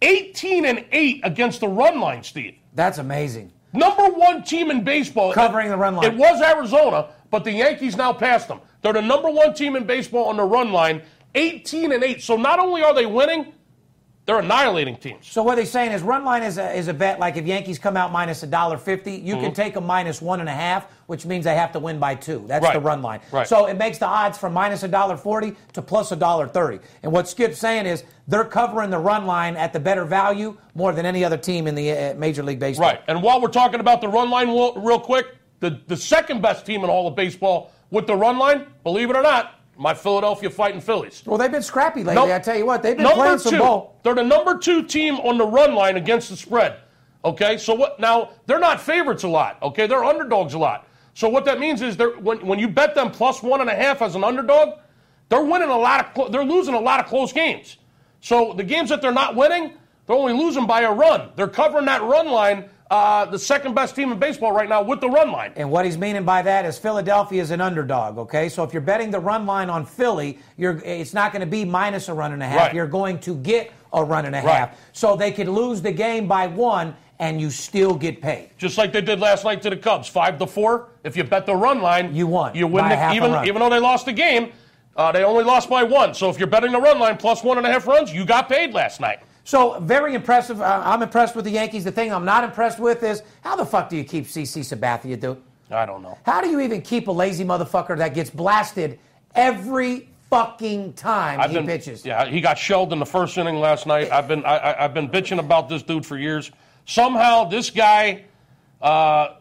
18 and 8 against the run line, Steve. That's amazing. Number one team in baseball. Covering the run line. It was Arizona, but the Yankees now passed them. They're the number one team in baseball on the run line, 18 and 8. So not only are they winning, they're annihilating teams. So what they're saying is run line is a, is a bet. Like if Yankees come out minus a dollar fifty, you Mm-hmm. can take them minus one and a half, which means they have to win by two. That's Right. the run line. Right. So it makes the odds from minus a dollar forty to plus a dollar thirty. And what Skip's saying is they're covering the run line at the better value more than any other team in the uh, Major League Baseball. Right. And while we're talking about the run line real, real quick, the, the second best team in all of baseball with the run line, believe it or not, my Philadelphia Fighting Phillies. Well, they've been scrappy lately. Nope. I tell you what, they've been Number playing some two. ball. They're the number two team on the run line against the spread. Okay, so what now they're not favorites a lot, okay? They're underdogs a lot. So what that means is they're when, when you bet them plus one and a half as an underdog, they're winning a lot of clo- they're losing a lot of close games. So the games that they're not winning, they're only losing by a run. They're covering that run line, uh, the second best team in baseball right now with the run line. And what he's meaning by that is Philadelphia is an underdog, okay? So if you're betting the run line on Philly, you're it's not going to be minus a run and a half. Right. You're going to get a run and a Right. half. So they could lose the game by one and you still get paid. just like they did last night to the Cubs, five to four. If you bet the run line, You won You win by the, a half a even run. even though they lost the game, uh, they only lost by one. So if you're betting the run line plus one and a half runs, you got paid last night. So very impressive. Uh, I'm impressed with the Yankees. The thing I'm not impressed with is how the fuck do you keep CC Sabathia, dude? I don't know. How do you even keep a lazy motherfucker that gets blasted every fucking time he been pitches? Yeah, he got shelled in the first inning last night. I've been I, I, I've been bitching about this dude for years. Somehow this guy. Uh,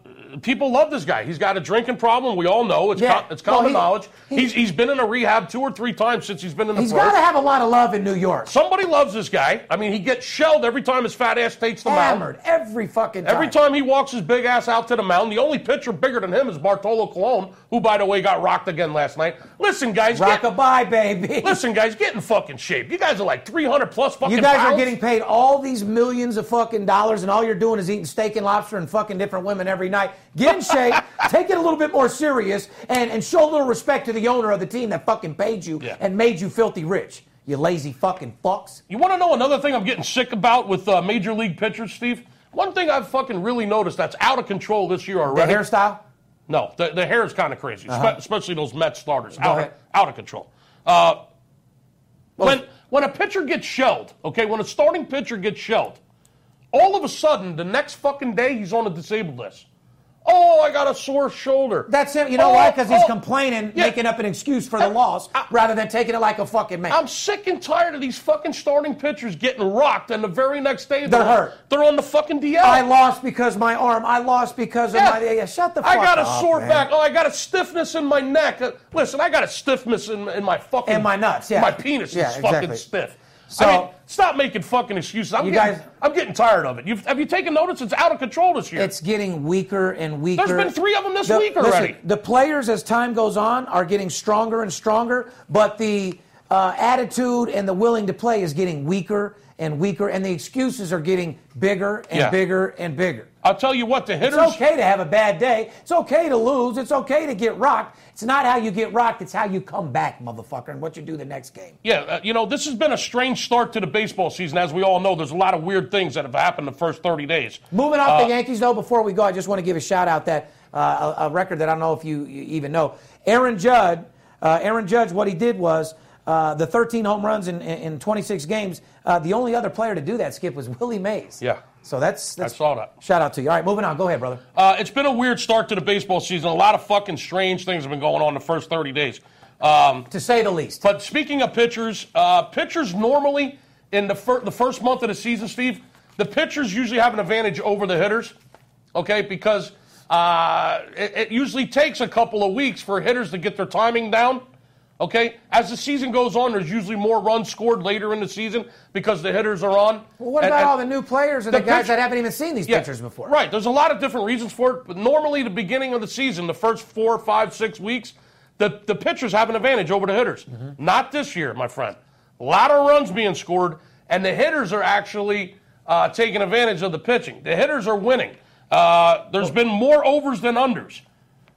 people love this guy. He's got a drinking problem. We all know it's Yeah. co- it's common Well, he- knowledge. he- he's he's been in a rehab two or three times since he's been in the. He's pros. got to have a lot of love in New York. Somebody loves this guy. I mean, he gets shelled every time his fat ass takes the mound. Hammered every fucking time. Every time he walks his big ass out to the mound, the only pitcher bigger than him is Bartolo Colon, who, by the way, got rocked again last night. Listen, guys, get, Rockabye, baby. listen, guys, get in fucking shape. You guys are like 300 plus fucking. you guys are pounds. getting paid all these millions of fucking dollars, and all you're doing is eating steak and lobster and fucking different women every night. Get in shape, take it a little bit more serious, and, and show a little respect to the owner of the team that fucking paid you Yeah. and made you filthy rich. You lazy fucking fucks. You want to know another thing I'm getting sick about with uh, major league pitchers, Steve? One thing I've fucking really noticed that's out of control this year The already. hairstyle? No, the, the hair is kind of crazy, spe- Uh-huh. especially those Mets starters. Go Out, ahead. out of control. Uh, when, when a pitcher gets shelled, okay, when a starting pitcher gets shelled, all of a sudden, the next fucking day, he's on a disabled list. Oh, I got a sore shoulder. That's him. You know Oh, why? Because he's oh. complaining, Yeah. making up an excuse for the I- loss, I- rather than taking it like a fucking man. I'm sick and tired of these fucking starting pitchers getting rocked, and the very next day They're hurt. They're on the fucking DL. I lost because my arm. I lost because Yeah. of my. Yeah, shut the fuck I up. got a sore man. back. Oh, I got a stiffness in my neck. Uh, listen, I got a stiffness in, in my fucking In my nuts, yeah. My penis Yeah, is fucking exactly. stiff. So- I mean, stop making fucking excuses. I'm You getting, guys- I'm getting tired of it. You've, have you taken notice? It's out of control this year. It's getting weaker and weaker. There's been three of them this The- week listen, already. the players, as time goes on, are getting stronger and stronger, but the uh, attitude and the willing to play is getting weaker and weaker, and the excuses are getting bigger and Yeah. bigger and bigger. I'll tell you what, the hitters. It's okay to have a bad day. It's okay to lose. It's okay to get rocked. It's not how you get rocked, it's how you come back, motherfucker, and what you do the next game. Yeah, uh, you know, this has been a strange start to the baseball season. As we all know, there's a lot of weird things that have happened the first 30 days. Moving Uh, off the Yankees, though, before we go, I just want to give a shout out that uh, a, a record that I don't know if you, you even know. Aaron Judd, uh, Aaron Judge, what he did was uh, the 13 home runs in, in, in 26 games. Uh, the only other player to do that, Skip, was Willie Mays. Yeah. So that's, I that's saw that. shout out to you. All right, moving on. Go ahead, brother. Uh, it's been a weird start to the baseball season. A lot of fucking strange things have been going on the first 30 days. Um, to say the least. But speaking of pitchers, uh, pitchers normally in the, fir- the first month of the season, Steve, the pitchers usually have an advantage over the hitters, okay? Because uh, it, it usually takes a couple of weeks for hitters to get their timing down, okay? As the season goes on, there's usually more runs scored later in the season because the hitters are on. Well, what And- about and- all the new players and the, the guys pitch- that haven't even seen these yeah, pictures before? Right. There's a lot of different reasons for it, but normally the beginning of the season, the first four, five, six weeks, the, the pitchers have an advantage over the hitters. Mm-hmm. Not this year, my friend. A lot of runs being scored, and the hitters are actually uh, taking advantage of the pitching. The hitters are winning. Uh, there's been more overs than unders.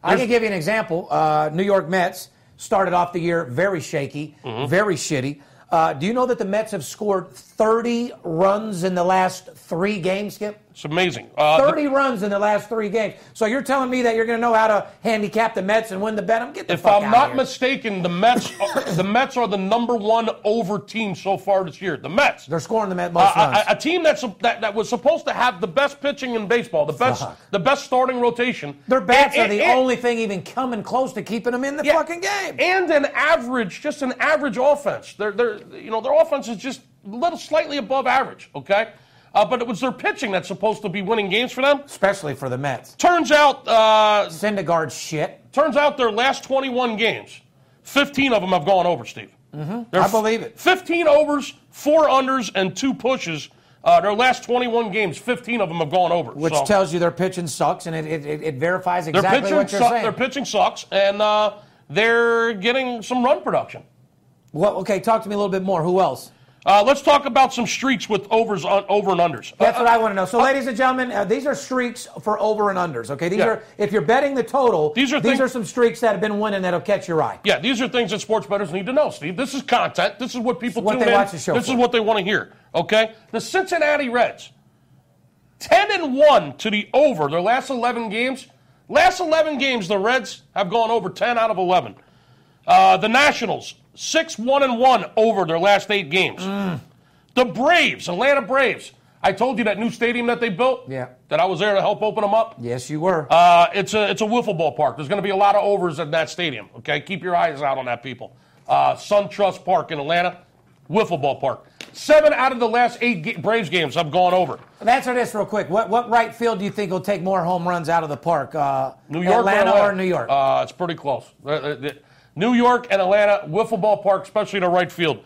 I can give you an example. Uh, New York Mets started off the year very shaky, Mm-hmm. very shitty. Uh, do you know that the Mets have scored 30 runs in the last three games, Skip? It's amazing. Uh, the- 30 runs in the last three games. So you're telling me that you're going to know how to handicap the Mets and win the bet? I'm get the if fuck I'm out not of here. mistaken, the Mets are, the Mets are the number one over team so far this year. The Mets. They're scoring the Met Uh, most runs. a, a team that's that, that was supposed to have the best pitching in baseball, the best Fuck. the best starting rotation. Their bats and- are the and- only thing even coming close to keeping them in the Yeah. fucking game. and an average, just an average offense. Their their you know their offense is just a little slightly above average. Okay, uh, but it was their pitching that's supposed to be winning games for them. Especially for the Mets. Turns out, uh, Syndergaard shit. turns out their last 21 games, 15 of them have gone over, Steve. Mm-hmm. I believe it. 15 overs, four unders, and two pushes. Uh, their last 21 games, 15 of them have gone over. Which so. tells you their pitching sucks, and it, it, it- it verifies Their exactly pitching what you're suck- saying. Their pitching sucks, and uh, they're getting some run production. Well, okay, talk to me a little bit more. Who else? Uh, let's talk about some streaks with overs on over and unders. That's Uh, what I want to know. So, ladies and gentlemen, uh, these are streaks for over and unders. Okay, these Yeah. are if you're betting the total. These are things- some streaks that have been winning that'll catch your eye. yeah, these are things that sports bettors need to know, Steve. This is content. This is what people What tune they in. watch the show this for. is what they want to hear. Okay, the Cincinnati Reds, ten and one to the over. Their last eleven games, last eleven games, the Reds have gone over ten out of eleven. Uh, the Nationals six one and one over their last eight games. Mm. The Braves, Atlanta Braves. I told you that new stadium that they built. Yeah. That I was there to help open them up. Yes, you were. Uh, it's a it's a wiffle ball park. There's going to be a lot of overs in that stadium. Okay, keep your eyes out on that, people. Uh, SunTrust Park in Atlanta, wiffle ball park. Seven out of the last eight ga- Braves games, I've gone over. Answer this real quick. What what right field do you think will take more home runs out of the park? Uh, New York, Atlanta, or, Atlanta? New York? Uh, it's pretty close. Uh, uh, the- New York and Atlanta, wiffle ball park, especially the right field.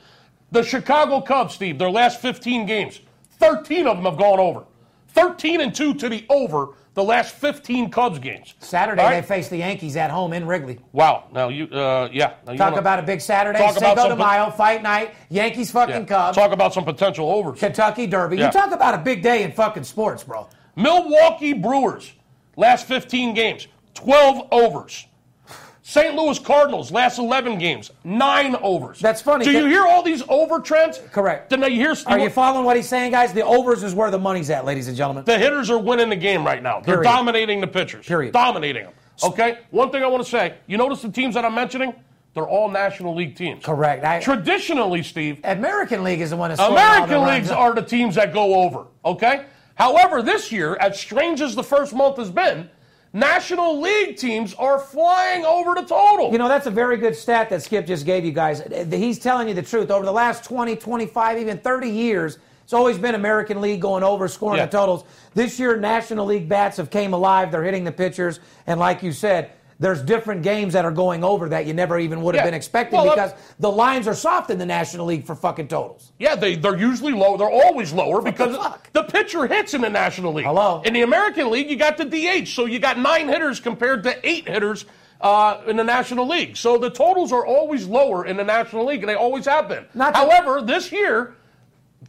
The Chicago Cubs, Steve, their last 15 games, 13 of them have gone over. 13 and two to the over. The last 15 Cubs games. Saturday All right? they face the Yankees at home in Wrigley. Wow. Now you, uh, yeah. Now you Talk wanna- about a big Saturday. Talk about Cinco de some- Mayo fight night. Yankees fucking Yeah. Cubs. Talk about some potential overs. Kentucky Derby. Yeah. You talk about a big day in fucking sports, bro. Milwaukee Brewers, last 15 games, 12 overs. St. Louis Cardinals, last 11 games, nine overs. That's funny. Do That- you hear all these over trends? Correct. Then you hear Are you following what he's saying, guys? The overs is where the money's at, ladies and gentlemen. the hitters are winning the game right now. They're Period. dominating the pitchers. Period. Dominating them. Okay? One thing I want to say, you notice the teams that I'm mentioning? They're all National League teams. Correct. I- Traditionally, Steve, American League is the one that's scoring all the American runs leagues up. are the teams that go over, okay? However, this year, as strange as the first month has been, National League teams are flying over the total. You know, that's a very good stat that Skip just gave you guys. He's telling you the truth. Over the last 20, 25, even 30 years, it's always been American League going over, scoring Yeah. the totals. This year, National League bats have came alive. They're hitting the pitchers. And like you said, there's different games that are going over that you never even would have Yeah. been expecting Well, because I'm- the lines are soft in the National League for fucking totals. yeah, they, they're usually low. They're always lower because the fuck? the pitcher hits in the National League. Hello? In the American League, you got the DH, so you got nine hitters compared to eight hitters uh, in the National League. So the totals are always lower in the National League, and they always have been. Not that- However, this year,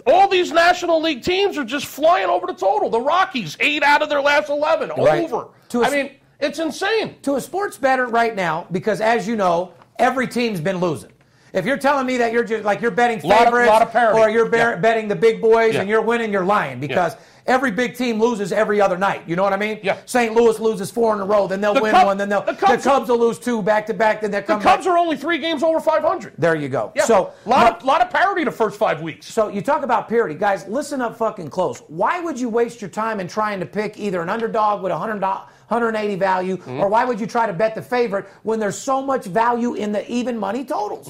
All these National League teams are just flying over the total. The Rockies, eight out of their last 11, Right. over. To a- I mean, it's insane. to a sports better right now because, as you know, every team's been losing. If you're telling me that you're just like you're betting Lot of- favorites lot of parity. or you're bear, Yeah. betting the big boys Yeah. and you're winning, you're lying because every big team loses every other night. You know what I mean? Yeah. St. Louis loses four in a row, then they'll The win Cub- one, then they'll the Cubs- will lose two back to back, then they'll The come Cubs back. are only three games over 500. there you go. Yeah. So a lot, of, lot of parity the first five weeks. so you talk about parity, guys. Listen up, fucking close. Why would you waste your time in trying to pick either an underdog with a hundred do- 180 value, or why would you try to bet the favorite when there's so much value in the even money totals?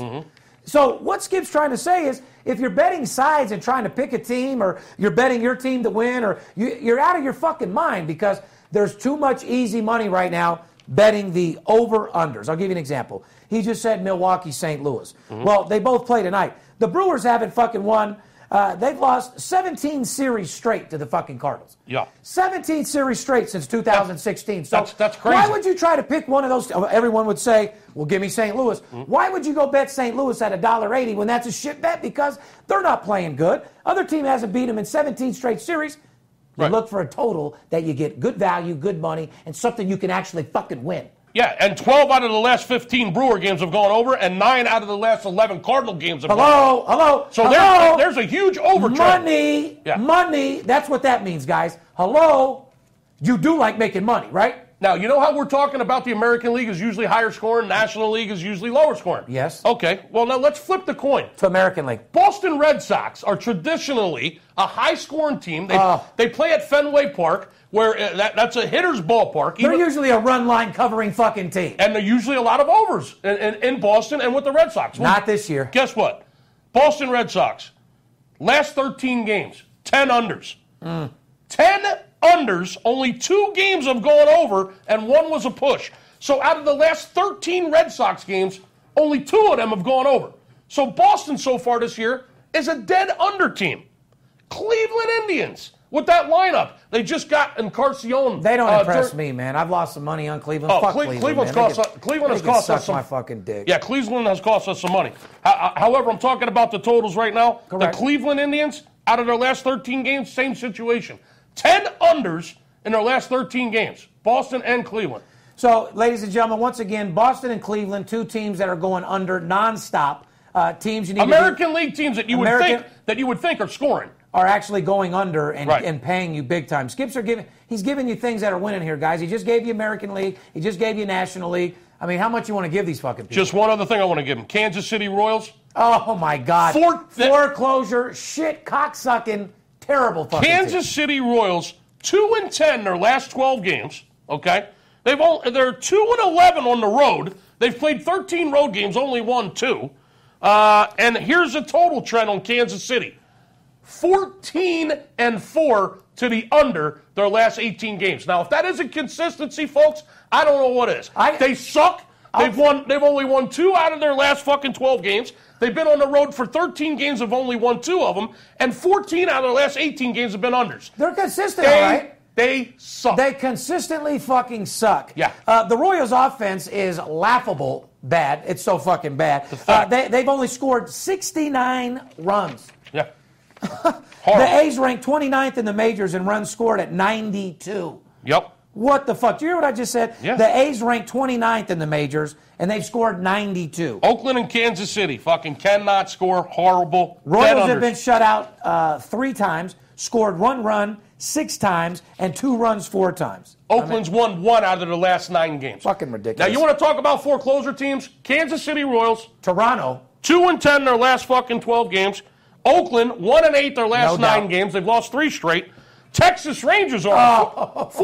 So what Skip's trying to say is, if you're betting sides and trying to pick a team, or you're betting your team to win, or you, you're out of your fucking mind because there's too much easy money right now betting the over unders. I'll give you an example. He just said Milwaukee, St. Louis. Well, they both play tonight. The Brewers haven't fucking won. Uh, they've lost 17 series straight to the fucking Cardinals. Yeah. 17 series straight since 2016. So That's- that's crazy. Why would you try to pick one of those? uh, Everyone would say, "Well, give me St. Louis." Mm. Why would you go bet St. Louis at $1.80 when that's a shit bet because they're not playing good. Other team hasn't beat them in 17 straight series. You Right. look for a total that you get good value, good money, and something you can actually fucking win. Yeah, and 12 out of the last 15 Brewer games have gone over, and nine out of the last 11 Cardinal games have gone over. Hello, hello. So hello? there's, there's a huge over trend. money, Yeah. money. That's what that means, guys. Hello, you do like making money, right? Now, you know how we're talking about the American League is usually higher scoring, National League is usually lower scoring? Yes. Okay, well, now let's flip the coin. To American League. Boston Red Sox are traditionally a high scoring team. They, Ah. they play at Fenway Park, where uh, that, that's a hitter's ballpark. They're even- usually a run line covering fucking team. and they're usually a lot of overs in, in, in Boston and with the Red Sox. Well, Not this year. Guess what? Boston Red Sox, last 13 games, 10 unders. 10 unders, only two games have gone over, and one was a push. So out of the last 13 Red Sox games, only two of them have gone over. So Boston so far this year is a dead under team. Cleveland Indians with that lineup. They just got Encarnacion. They don't uh, impress dur- me, man. I've lost some money on Cleveland. Oh, Fuck Cle- Cleveland. Cleveland's man. They cost- can- Cleveland has they can cost suck us some- my fucking dick. Yeah, Cleveland has cost us some money. Ho- ho- However, I'm talking about the totals right now. Correct. The Cleveland Indians, out of their last 13 games, same situation. 10 unders in their last 13 games, Boston and Cleveland. So, ladies and gentlemen, once again, Boston and Cleveland, two teams that are going under nonstop. Uh, teams you need to be- American League teams that you would American- think that you would think are scoring. are actually going under and, Right. and paying you big time. Skips are giving he's giving you things that are winning here, guys. He just gave you American League. He just gave you National League. I mean, how much you want to give these fucking people? Just one other thing I want to give them. Kansas City Royals, oh my God! Four- Foreclosure, shit, cocksucking, terrible fucking. team. Kansas City Royals, two and ten in their last twelve games. Okay, they've all, they're two and eleven on the road. They've played thirteen road games, only won two. Uh, and here's a total trend on Kansas City: fourteen and four to the under their last eighteen games. Now, if that isn't consistency, folks, I don't know what is. I- they suck. They've won. They've only won two out of their last fucking twelve games. They've been on the road for 13 games. Have only won two of them, and 14 out of the last 18 games have been unders. They're consistent, They all right. they suck. They consistently fucking suck. Yeah. Uh, the Royals' offense is laughable bad. It's so fucking bad. Uh, fact. they, they've only scored 69 runs. yeah. The Horrible. A's ranked 29th in the majors in runs scored at 92. Yep. What the fuck? Do you hear what I just said? Yeah. The A's ranked 29th in the majors, and they've scored 92. Oakland and Kansas City fucking cannot score. Horrible. Dead Royals have unders. been shut out uh, three times, scored one run six times, and two runs four times. Oakland's won one out of the last nine games. Fucking Now ridiculous. you want to talk about foreclosure teams? Kansas City Royals, Toronto, two and ten in their last fucking 12 games. Oakland, one and eight their last No doubt. nine games. They've lost three straight. Texas Rangers are Oh. a fo-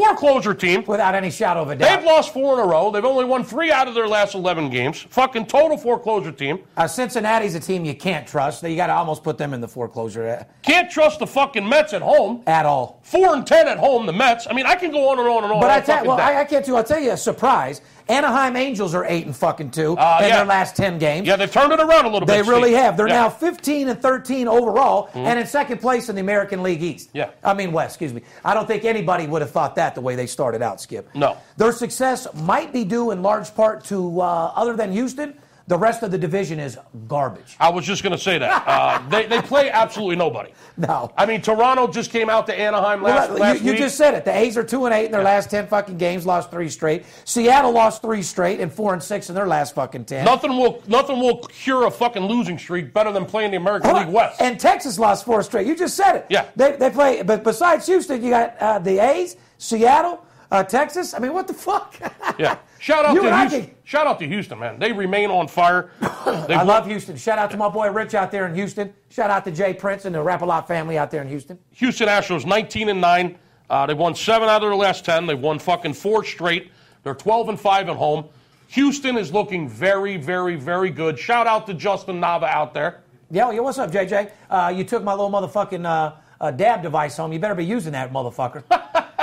foreclosure team. without any shadow of a doubt. They've lost four in a row. They've only won three out of their last 11 games. Fucking total foreclosure team. Uh, Cincinnati's a team you can't trust. You got to almost put them in the foreclosure at, Can't trust the fucking Mets at home. at all. Four and ten at home, the Mets. I mean, I can go on and on and on. But all I tell Oh, fucking well, day. I, I can't do. I'll tell you a surprise. Anaheim Angels are eight and fucking two Uh, in yeah. their last ten games. yeah, they've turned it around a little They bit. really Steve. have. They're Yeah. Mm-hmm. now 15 and 13 overall, and in second place in the American League East. Yeah. I mean West. Excuse me. I don't think anybody would have thought that the way they started out, Skip. No. Their success might be due in large part to uh, other than Houston, The rest of the division is garbage. I was just going to say that. Uh, they, they play absolutely nobody. No. I mean, Toronto just came out to Anaheim last, Well, last you, week. you just said it. The A's are two and eight in their last ten fucking games. Lost three straight. Seattle lost three straight and four and six in their last fucking ten. nothing will nothing will cure a fucking losing streak better than playing the American Hold League on. West. And Texas lost four straight. You just said it. Yeah. They, they play, but besides Houston, you got uh, the A's, Seattle, uh, Texas. I mean, what the fuck? yeah. Shout out You to and I Houston. can- Shout out to Houston, man. They remain on fire. They've I love Houston. Shout out to my boy Rich out there in Houston. Shout out to Jay Prince and the Rapalot family out there in Houston. Houston Astros 19 and 9. Uh, they've won seven out of their last 10. They've won fucking four straight. They're 12 and 5 at home. Houston is looking very, very, very good. Shout out to Justin Nava out there. Yo, yo, what's up, JJ? Uh, you took my little motherfucking uh, uh, dab device home. You better be using that, motherfucker.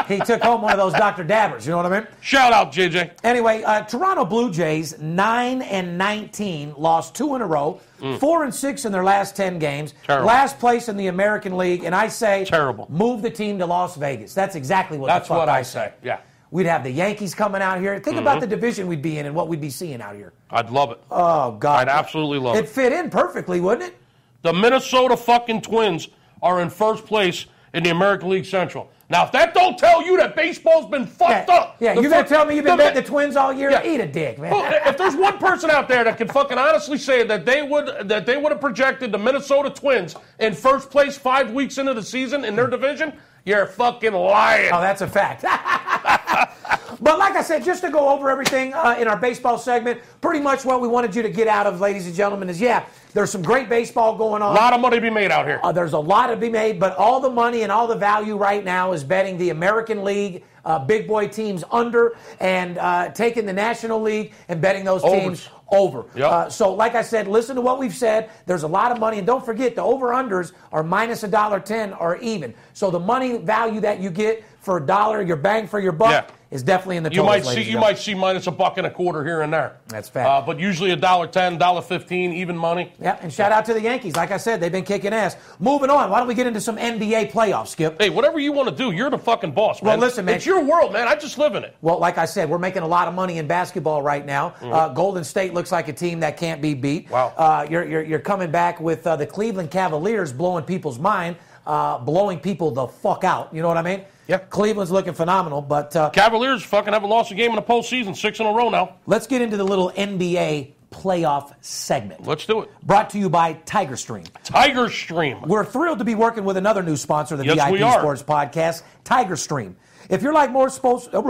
he took home one of those Dr. Dabbers. You know what I mean? Shout out, JJ. Anyway, uh, Toronto Blue Jays nine and nineteen, lost two in a row, four and six in their last ten games. Terrible. Last place in the American League, and I say Terrible. Move the team to Las Vegas. That's exactly what. the That's fuck what I Mm-hmm. I say. Yeah. We'd have the Yankees coming out here. Think about the division we'd be in and what we'd be seeing out here. I'd love it. Oh God, I'd absolutely love it it. fit in perfectly, wouldn't it? The Minnesota fucking Twins are in first place in the American League Central. Now, if that don't tell you that baseball's been fucked yeah, up, yeah, the you gonna fuck- tell me you've been the- betting the Twins all year? Yeah. Eat a dick, man. Well, if there's one person out there that can fucking honestly say that they would that they would have projected the Minnesota Twins in first place five weeks into the season in their division, you're fucking lying. Oh, that's a fact. but like I said, just to go over everything uh, in our baseball segment, pretty much what we wanted you to get out of, ladies and gentlemen, is yeah, there's some great baseball going A on. lot of money to be made out here. Uh, there's a lot to be made, but all the money and all the value right now is betting the American League uh, big boy teams under and uh, taking the National League and betting those Overs. teams over. Yep. Uh, so, like I said, listen to what we've said. There's a lot of money, and don't forget the over unders are minus a dollar ten or even. So the money value that you get for a dollar, your bang for your buck, Yeah. is definitely in the. you totals, might ladies see and you gentlemen. might see minus a buck and a quarter here and there. That's fact. Uh, but usually a dollar ten, dollar fifteen, even money. Yeah, and shout out to the Yankees. Like I said, they've been kicking ass. Moving on, why don't we get into some NBA playoffs, Skip? Hey, whatever you want to do, you're the fucking boss, man. Well, listen, man. It's your world, man. I just live in it. Well, like I said, we're making a lot of money in basketball right now. Uh, Golden State looks like a team that can't be beat. Mm-hmm. Wow. Uh, you're, you're, you're coming back with uh, the Cleveland Cavaliers blowing people's mind, uh, blowing people the fuck out. You know what I mean? Yeah. Cleveland's looking phenomenal, but uh, Cavaliers fucking haven't lost a game in the postseason, six in a row now. let's get into the little NBA playoff segment. Let's do it. Brought to you by Tiger Stream. Tiger Stream. We're thrilled to be working with another new sponsor of the Yes, VIP we are. Sports Podcast, Tiger Stream. If you're like more sports, uh,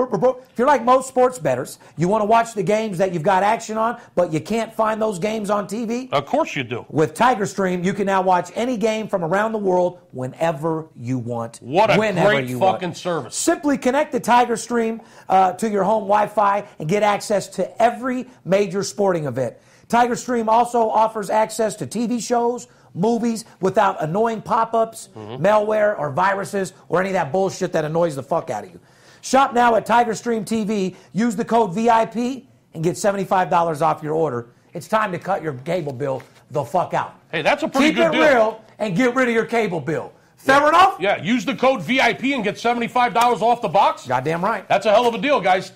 if you're like most sports betters, you want to watch the games that you've got action on, but you can't find those games on TV. Of course you do. With Tiger Stream, you can now watch any game from around the world whenever you want. What a whenever great you fucking want. service. Simply connect the Tiger Stream uh, to your home Wi Fi and get access to every major sporting event. Tiger Stream also offers access to TV shows, movies without annoying pop ups, malware, or viruses, or any of that bullshit that annoys the fuck out of you. Shop now at Tiger Stream TV. Use the code VIP and get $75 off your order. It's time to cut your cable bill the fuck out. Hey, that's a pretty Keep good it deal. real and get rid of your cable bill. Fair enough? Yeah, use the code VIP and get $75 off the box. Goddamn right. That's a hell of a deal, guys.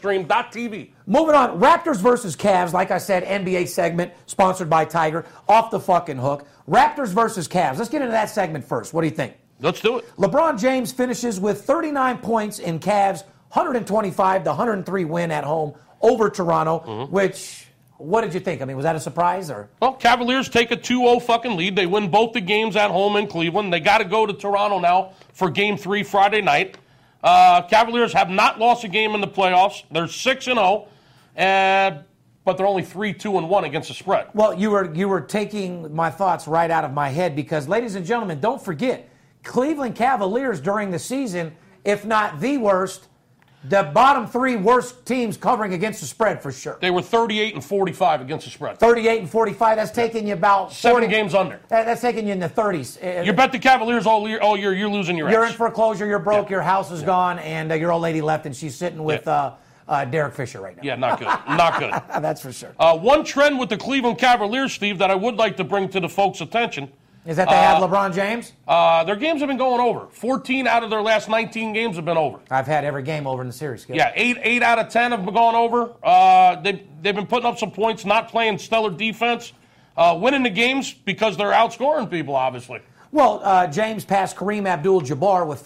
Tigerstream.tv. Moving on, Raptors versus Cavs. Like I said, NBA segment sponsored by Tiger. Off the fucking hook. Raptors versus Cavs. Let's get into that segment first. What do you think? Let's do it. LeBron James finishes with 39 points in Cavs 125 to 103 win at home over Toronto. Mm-hmm. Which, what did you think? I mean, was that a surprise or? Well, Cavaliers take a 2-0 fucking lead. They win both the games at home in Cleveland. They got to go to Toronto now for game three Friday night. Uh, Cavaliers have not lost a game in the playoffs. They're 6-0, and, but they're only 3-2-1 and one against the spread. Well, you were you were taking my thoughts right out of my head because, ladies and gentlemen, don't forget, Cleveland Cavaliers during the season, if not the worst, the bottom three worst teams covering against the spread for sure. They were 38 and 45 against the spread. Thirty-eight and forty-five. That's taking you about 40, Seven games under. that- That's taking you in the thirties. Uh, You bet the Cavaliers all year, all year you're losing your ass. You're in foreclosure. You're broke. Your house is gone, and uh, your old lady left, and she's sitting with Yeah. uh, uh, Derek Fisher right now. yeah, Uh, not good. Not good. Ah, that's for sure. Uh, one trend with the Cleveland Cavaliers, Steve, that I would like to bring to the folks' attention Is that they have LeBron James? Uh, their games have been going over. 14 out of their last 19 games have been over. I've had every game over in the series. Skip. Yeah, eight eight out of ten have been gone over. Uh, they they've been putting up some points, not playing stellar defense, uh, winning the games because they're outscoring people. Obviously, Well, uh, James passed Kareem Abdul Jabbar with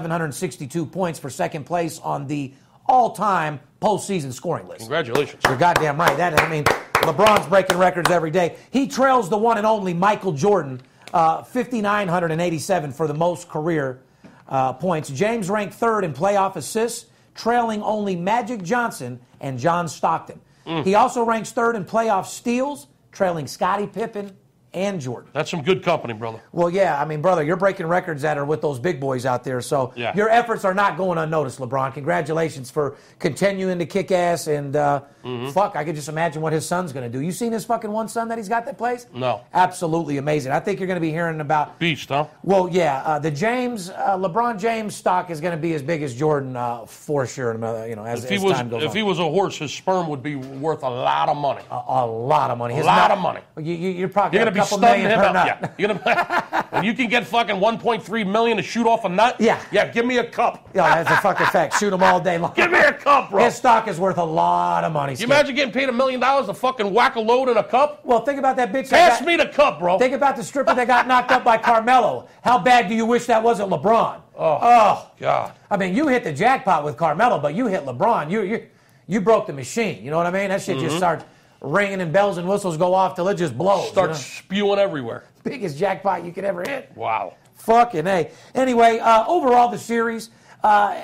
5,762 points for second place on the all time postseason scoring list. congratulations. You're goddamn right. That I mean, LeBron's breaking records every day. He trails the one and only Michael Jordan, uh, 5,987 for the most career uh, points. James ranked third in playoff assists, trailing only Magic Johnson and John Stockton. He also ranks third in playoff steals, trailing Scottie Pippen and Jordan. That's some good company, brother. Well, yeah, I mean, brother, you're breaking records that are with those big boys out there. So Yeah. your efforts are not going unnoticed, LeBron. Congratulations for continuing to kick ass. And uh, Mm-hmm. fuck, I could just imagine what his son's going to do. You seen his fucking one son that he's got that plays? No. Absolutely amazing. I think you're going to be hearing about. Beast, huh? Well, yeah, uh, the James uh, LeBron James stock is going to be as big as Jordan uh, for sure. uh, You know, as, If he as was time goes if on. he was a horse, his sperm would be worth a lot of money. a lot of money. His nut- lot of money. You, you, you're probably You're got gonna a be couple stubbing million him per out. nut. Yeah. You're gonna, when you can get fucking 1.3 million to shoot off a nut. Yeah. Yeah. Give me a cup. Yeah, that's a fucking fact. Shoot them all day long. Give me a cup, bro. His stock is worth a lot of money. you Skip. imagine getting paid a million dollars to fucking whack a load in a cup? Well, think about that bitch. that Pass got- me the cup, bro. Think about the stripper that got knocked up by Carmelo. How bad do you wish that wasn't LeBron? Oh, God. I mean, you hit the jackpot with Carmelo, but you hit LeBron. You you you broke the machine. You know what I mean? That shit Mm-hmm. just starts ringing and bells and whistles go off till it just blows. you Start know? spewing everywhere. biggest jackpot you could ever hit. Wow. Fucking A. Anyway, uh, overall, the series, uh,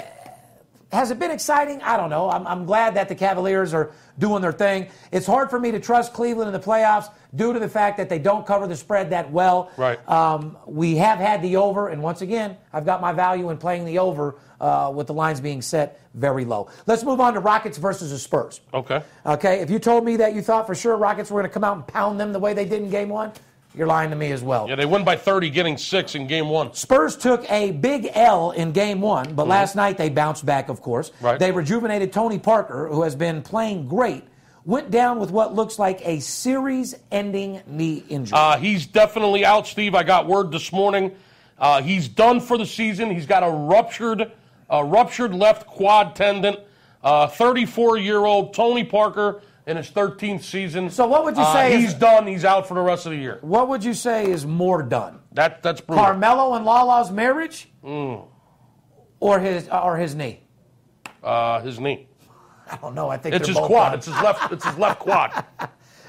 has it been exciting? I don't know. I'm, I'm glad that the Cavaliers are doing their thing. It's hard for me to trust Cleveland in the playoffs due to the fact that they don't cover the spread that well. Right. Um, we have had the over, and once again, I've got my value in playing the over uh, with the lines being set very low. Let's move on to Rockets versus the Spurs. Okay. Okay, if you told me that you thought for sure Rockets were going to come out and pound them the way they did in game one, you're lying to me as well. Yeah, they win by 30, getting six in game one. Spurs took a big L in game one, but last night they bounced back, of course. Mm-hmm. Right. They rejuvenated Tony Parker, who has been playing great, went down with what looks like a series ending knee injury. Uh, he's definitely out, Steve. I got word this morning. Uh, he's done for the season. He's got a ruptured, a ruptured left quad tendon. Uh, 34-year-old Tony Parker in his 13th season. So what would you Uh, say is- he's done. He's out for the rest of the year. what would you say is more done? That that's brutal. Carmelo and Lala's marriage? Mm. Or his or his knee? Uh, his knee. I don't know. I think It's they're his both quad. done. It's his left. It's his left quad.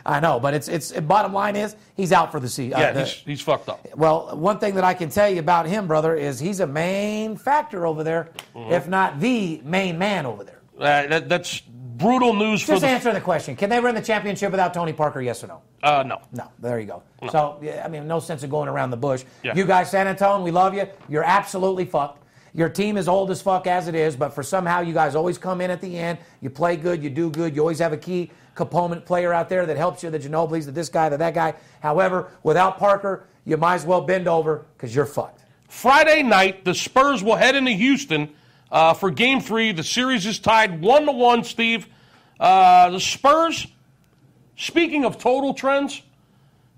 I know, but it's it's bottom line is he's out for the season. Yeah, he's, he's fucked up. Well, one thing that I can tell you about him, brother, is he's a main factor over there, Mm-hmm. if not the main man over there. Uh, that, that's brutal news for Just the. answer the question. Can they win the championship without Tony Parker? Yes or no? Uh, no. No. There you go. So, yeah, I mean, no sense of going around the bush. Yeah. You guys, San Antonio, we love you. You're absolutely fucked. Your team is old as fuck as it is, but for somehow you guys always come in at the end. You play good. You do good. You always have a key component player out there that helps you, the Ginobili's, the this guy, the that guy. However, without Parker, you might as well bend over because you're fucked. Friday night, the Spurs will head into Houston uh, for Game Three. The series is tied one to one. Steve, uh, the Spurs. Speaking of total trends,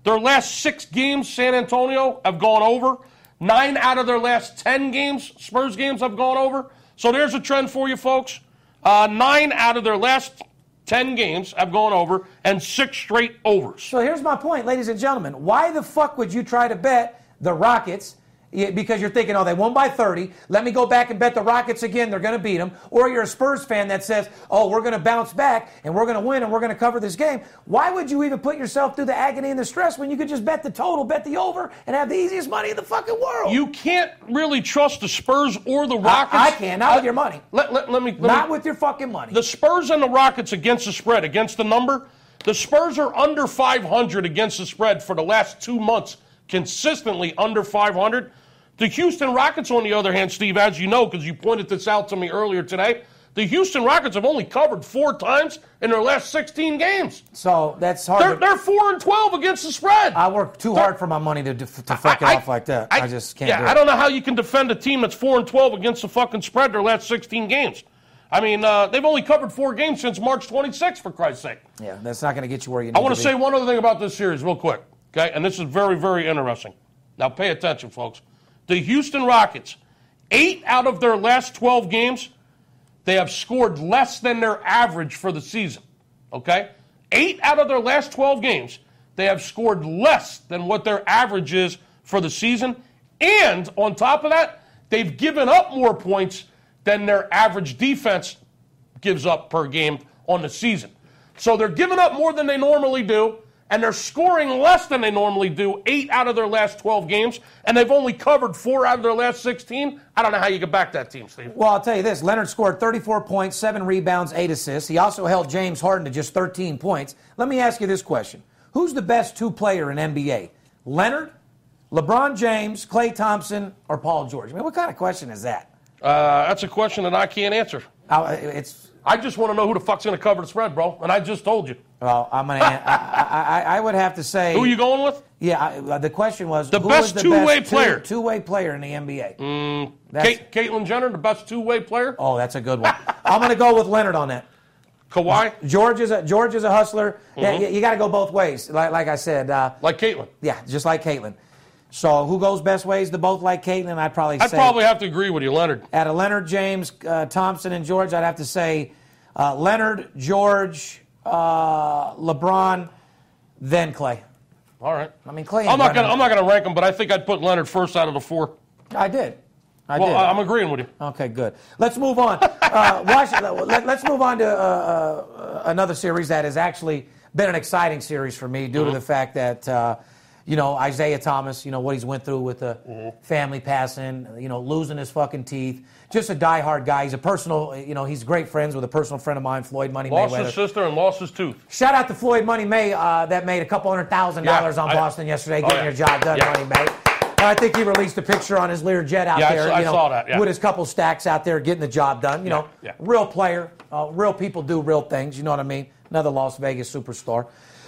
their last six games, San Antonio have gone over. Nine out of their last ten games, Spurs games, have gone over. So there's a trend for you, folks. Uh, nine out of their last ten games have gone over, and six straight overs. So here's my point, ladies and gentlemen. Why the fuck would you try to bet the Rockets? Yeah, Because you're thinking, oh, they won by 30. Let me go back and bet the Rockets again. They're going to beat them. Or you're a Spurs fan that says, oh, we're going to bounce back and we're going to win and we're going to cover this game. Why would you even put yourself through the agony and the stress when you could just bet the total, bet the over, and have the easiest money in the fucking world? You can't really trust the Spurs or the I, Rockets. I can, not with your money. Let, let, let me. Let Not me- with your fucking money. the Spurs and the Rockets against the spread, against the number. The Spurs are under 500 against the spread for the last two months, consistently under 500. The Houston Rockets, on the other hand, Steve, as you know, because you pointed this out to me earlier today, the Houston Rockets have only covered four times in their last 16 games. so that's hard. They're, to- they're four and 12 against the spread. I work too hard for my money to, to fuck it off like that. I, just can't Yeah, do it. I don't know how you can defend a team that's four and twelve against the fucking spread their last sixteen games. I mean, uh, they've only covered four games since March 26th, for Christ's sake. yeah, that's not going to get you where you need I want to to be. say one other thing about this series, real quick. Okay, and this is very, very interesting. Now pay attention, folks. The Houston Rockets, eight out of their last 12 games, they have scored less than their average for the season. Okay? Eight out of their last 12 games, they have scored less than what their average is for the season. And on top of that, they've given up more points than their average defense gives up per game on the season. So they're giving up more than they normally do, and they're scoring less than they normally do, eight out of their last 12 games, and they've only covered four out of their last 16. I don't know how you get back that team, Steve. Well, I'll tell you this Leonard scored 34 points, seven rebounds, eight assists. He also held James Harden to just 13 points. Let me ask you this question Who's the best two player in NBA? Leonard, LeBron James, Clay Thompson, or Paul George? I mean, what kind of question is that? Uh, that's a question that I can't answer. I- It's I just want to know who the fuck's going to cover the spread, bro, and I just told you. well, I'm gonna. I, I, I would have to say. Who are you going with? Yeah, I, uh, the question was The who was best the two-way best player. Mm, two, way player in the NBA. That's- Kate, Caitlin Jenner, the best two-way player. Oh, that's a good one. I'm going to go with Leonard on that. Kawhi, George is a George is a hustler. Yeah, you, got to go both ways. Like, like I said, uh, like Caitlin. yeah, just like Caitlin. So who goes best ways to both like Caitlin? I'd probably I'd say probably have to agree with you, Leonard. out of Leonard, James, uh, Thompson, and George, I'd have to say uh, Leonard, George, uh, LeBron, then Clay. All right. I mean, Clay. ain't I'm not running- gonna. I'm not gonna rank them, but I think I'd put Leonard first out of the four. I did. I Well, uh, did. I- I'm agreeing with you. Okay, good. Let's move on. Uh, Washington, let, us move on to uh, uh, another series that has actually been an exciting series for me due Mm-hmm. to the fact that uh, you know Isaiah Thomas, you know what he's went through with the Mm-hmm. family passing, you know losing his fucking teeth. Just a diehard guy. He's a personal, you know, he's great friends with a personal friend of mine, Floyd Money Lost Mayweather. his sister and lost his tooth. Shout out to Floyd Money May uh, that made a couple hundred thousand dollars Yeah, on I- Boston yesterday, Oh, getting yeah. your job done, Yeah. Money May. And I think he released a picture on his Learjet out Yeah, I there, saw- I you know, saw that, yeah. with his couple stacks out there getting the job done. You know, yeah. real player, uh, real people do real things. You know what I mean? Another Las Vegas superstar.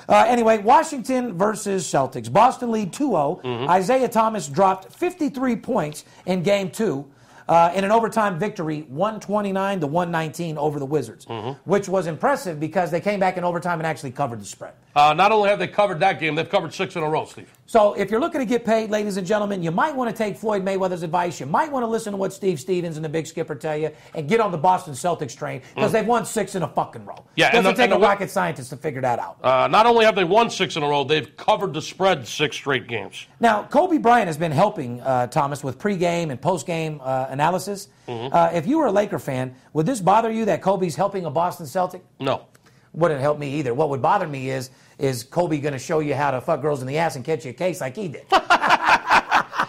Uh, anyway, Washington versus Celtics. Boston lead 2 0. Mm-hmm. Isaiah Thomas dropped 53 points in game two uh, in an overtime victory, 129 to 119 over the Wizards, Mm-hmm. which was impressive because they came back in overtime and actually covered the spread. Uh, not only have they covered that game, they've covered six in a row, Steve. So, if you're looking to get paid, ladies and gentlemen, you might want to take Floyd Mayweather's advice. You might want to listen to what Steve Stevens and the Big Skipper tell you, and get on the Boston Celtics train because they've won six in a fucking row. Mm. Yeah, and doesn't the- take and the a wi- rocket scientist to figure that out. Uh, not only have they won six in a row, they've covered the spread six straight games. Now, Kobe Bryant has been helping uh, Thomas with pregame and postgame uh, analysis. Mm-hmm. Uh, if you were a Laker fan, would this bother you that Kobe's helping a Boston Celtic? No. Wouldn't help me either. What would bother me is is Kobe going to show you how to fuck girls in the ass and catch you a case like he did?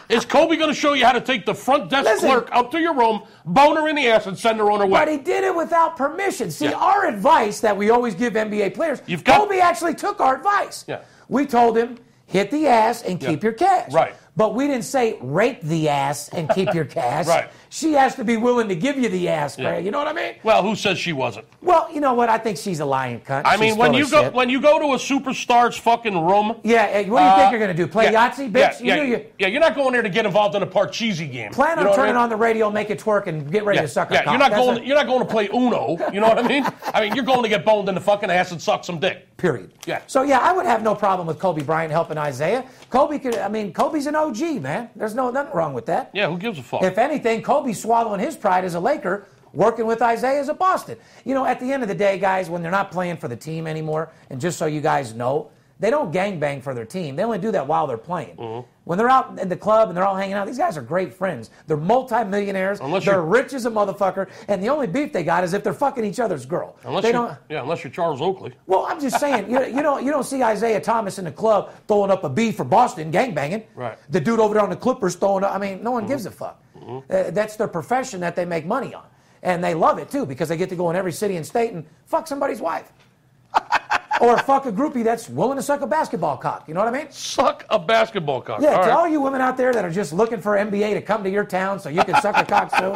Is Kobe going to show you how to take the front desk Listen. clerk out to your room, bone her in the ass, and send her on her way? But he did it without permission. See, Yeah. our advice that we always give NBA players, You've got- Kobe actually took our advice. Yeah. We told him, hit the ass and Yeah. keep your cash. Right. But we didn't say, rake the ass and keep your cash. Right. She has to be willing to give you the ass, Yeah. Greg. You know what I mean? well, who says she wasn't? Well, you know what? I think she's a lying cunt. I She's mean, when full you of go shit. when you go to a superstar's fucking room. Yeah, eh, what do you uh, think you're going to do? Play yeah, Yahtzee, yeah, bitch? Yeah, you yeah, do you. you're not going there to get involved in a Parcheesi game. Plan You on know what I turning mean? on the radio, make it twerk, and get ready Yeah, to suck a yeah, cock. you're not That's going. it. You're not going to play Uno. You know what I mean? I mean, you're going to get boned in the fucking ass and suck some dick. Period. Yeah. So yeah, I would have no problem with Kobe Bryant helping Isaiah. Kobe could. I mean, Kobe's an OG man. There's no nothing wrong with that. Yeah, who gives a fuck? If anything, Kobe's swallowing his pride as a Laker, working with Isaiah as a Boston. You know, at the end of the day, guys, when they're not playing for the team anymore, and just so you guys know, they don't gangbang for their team. They only do that while they're playing. Mm-hmm. When they're out in the club and they're all hanging out, these guys are great friends. They're multimillionaires. Unless they're you're- rich as a motherfucker, and the only beef they got is if they're fucking each other's girl. unless they you, don't. yeah, unless you're Charles Oakley. Well, I'm just saying, you, you don't you don't see Isaiah Thomas in the club throwing up a B for Boston, gangbanging. Right. The dude over there on the Clippers throwing up. I mean, no one gives a fuck. Uh, that's their profession that they make money on, and they love it too because they get to go in every city and state and fuck somebody's wife, or fuck a groupie that's willing to suck a basketball cock. You know what I mean? Suck a basketball cock. Yeah, to All right. all you women out there that are just looking for NBA to come to your town so you can suck a cock soon,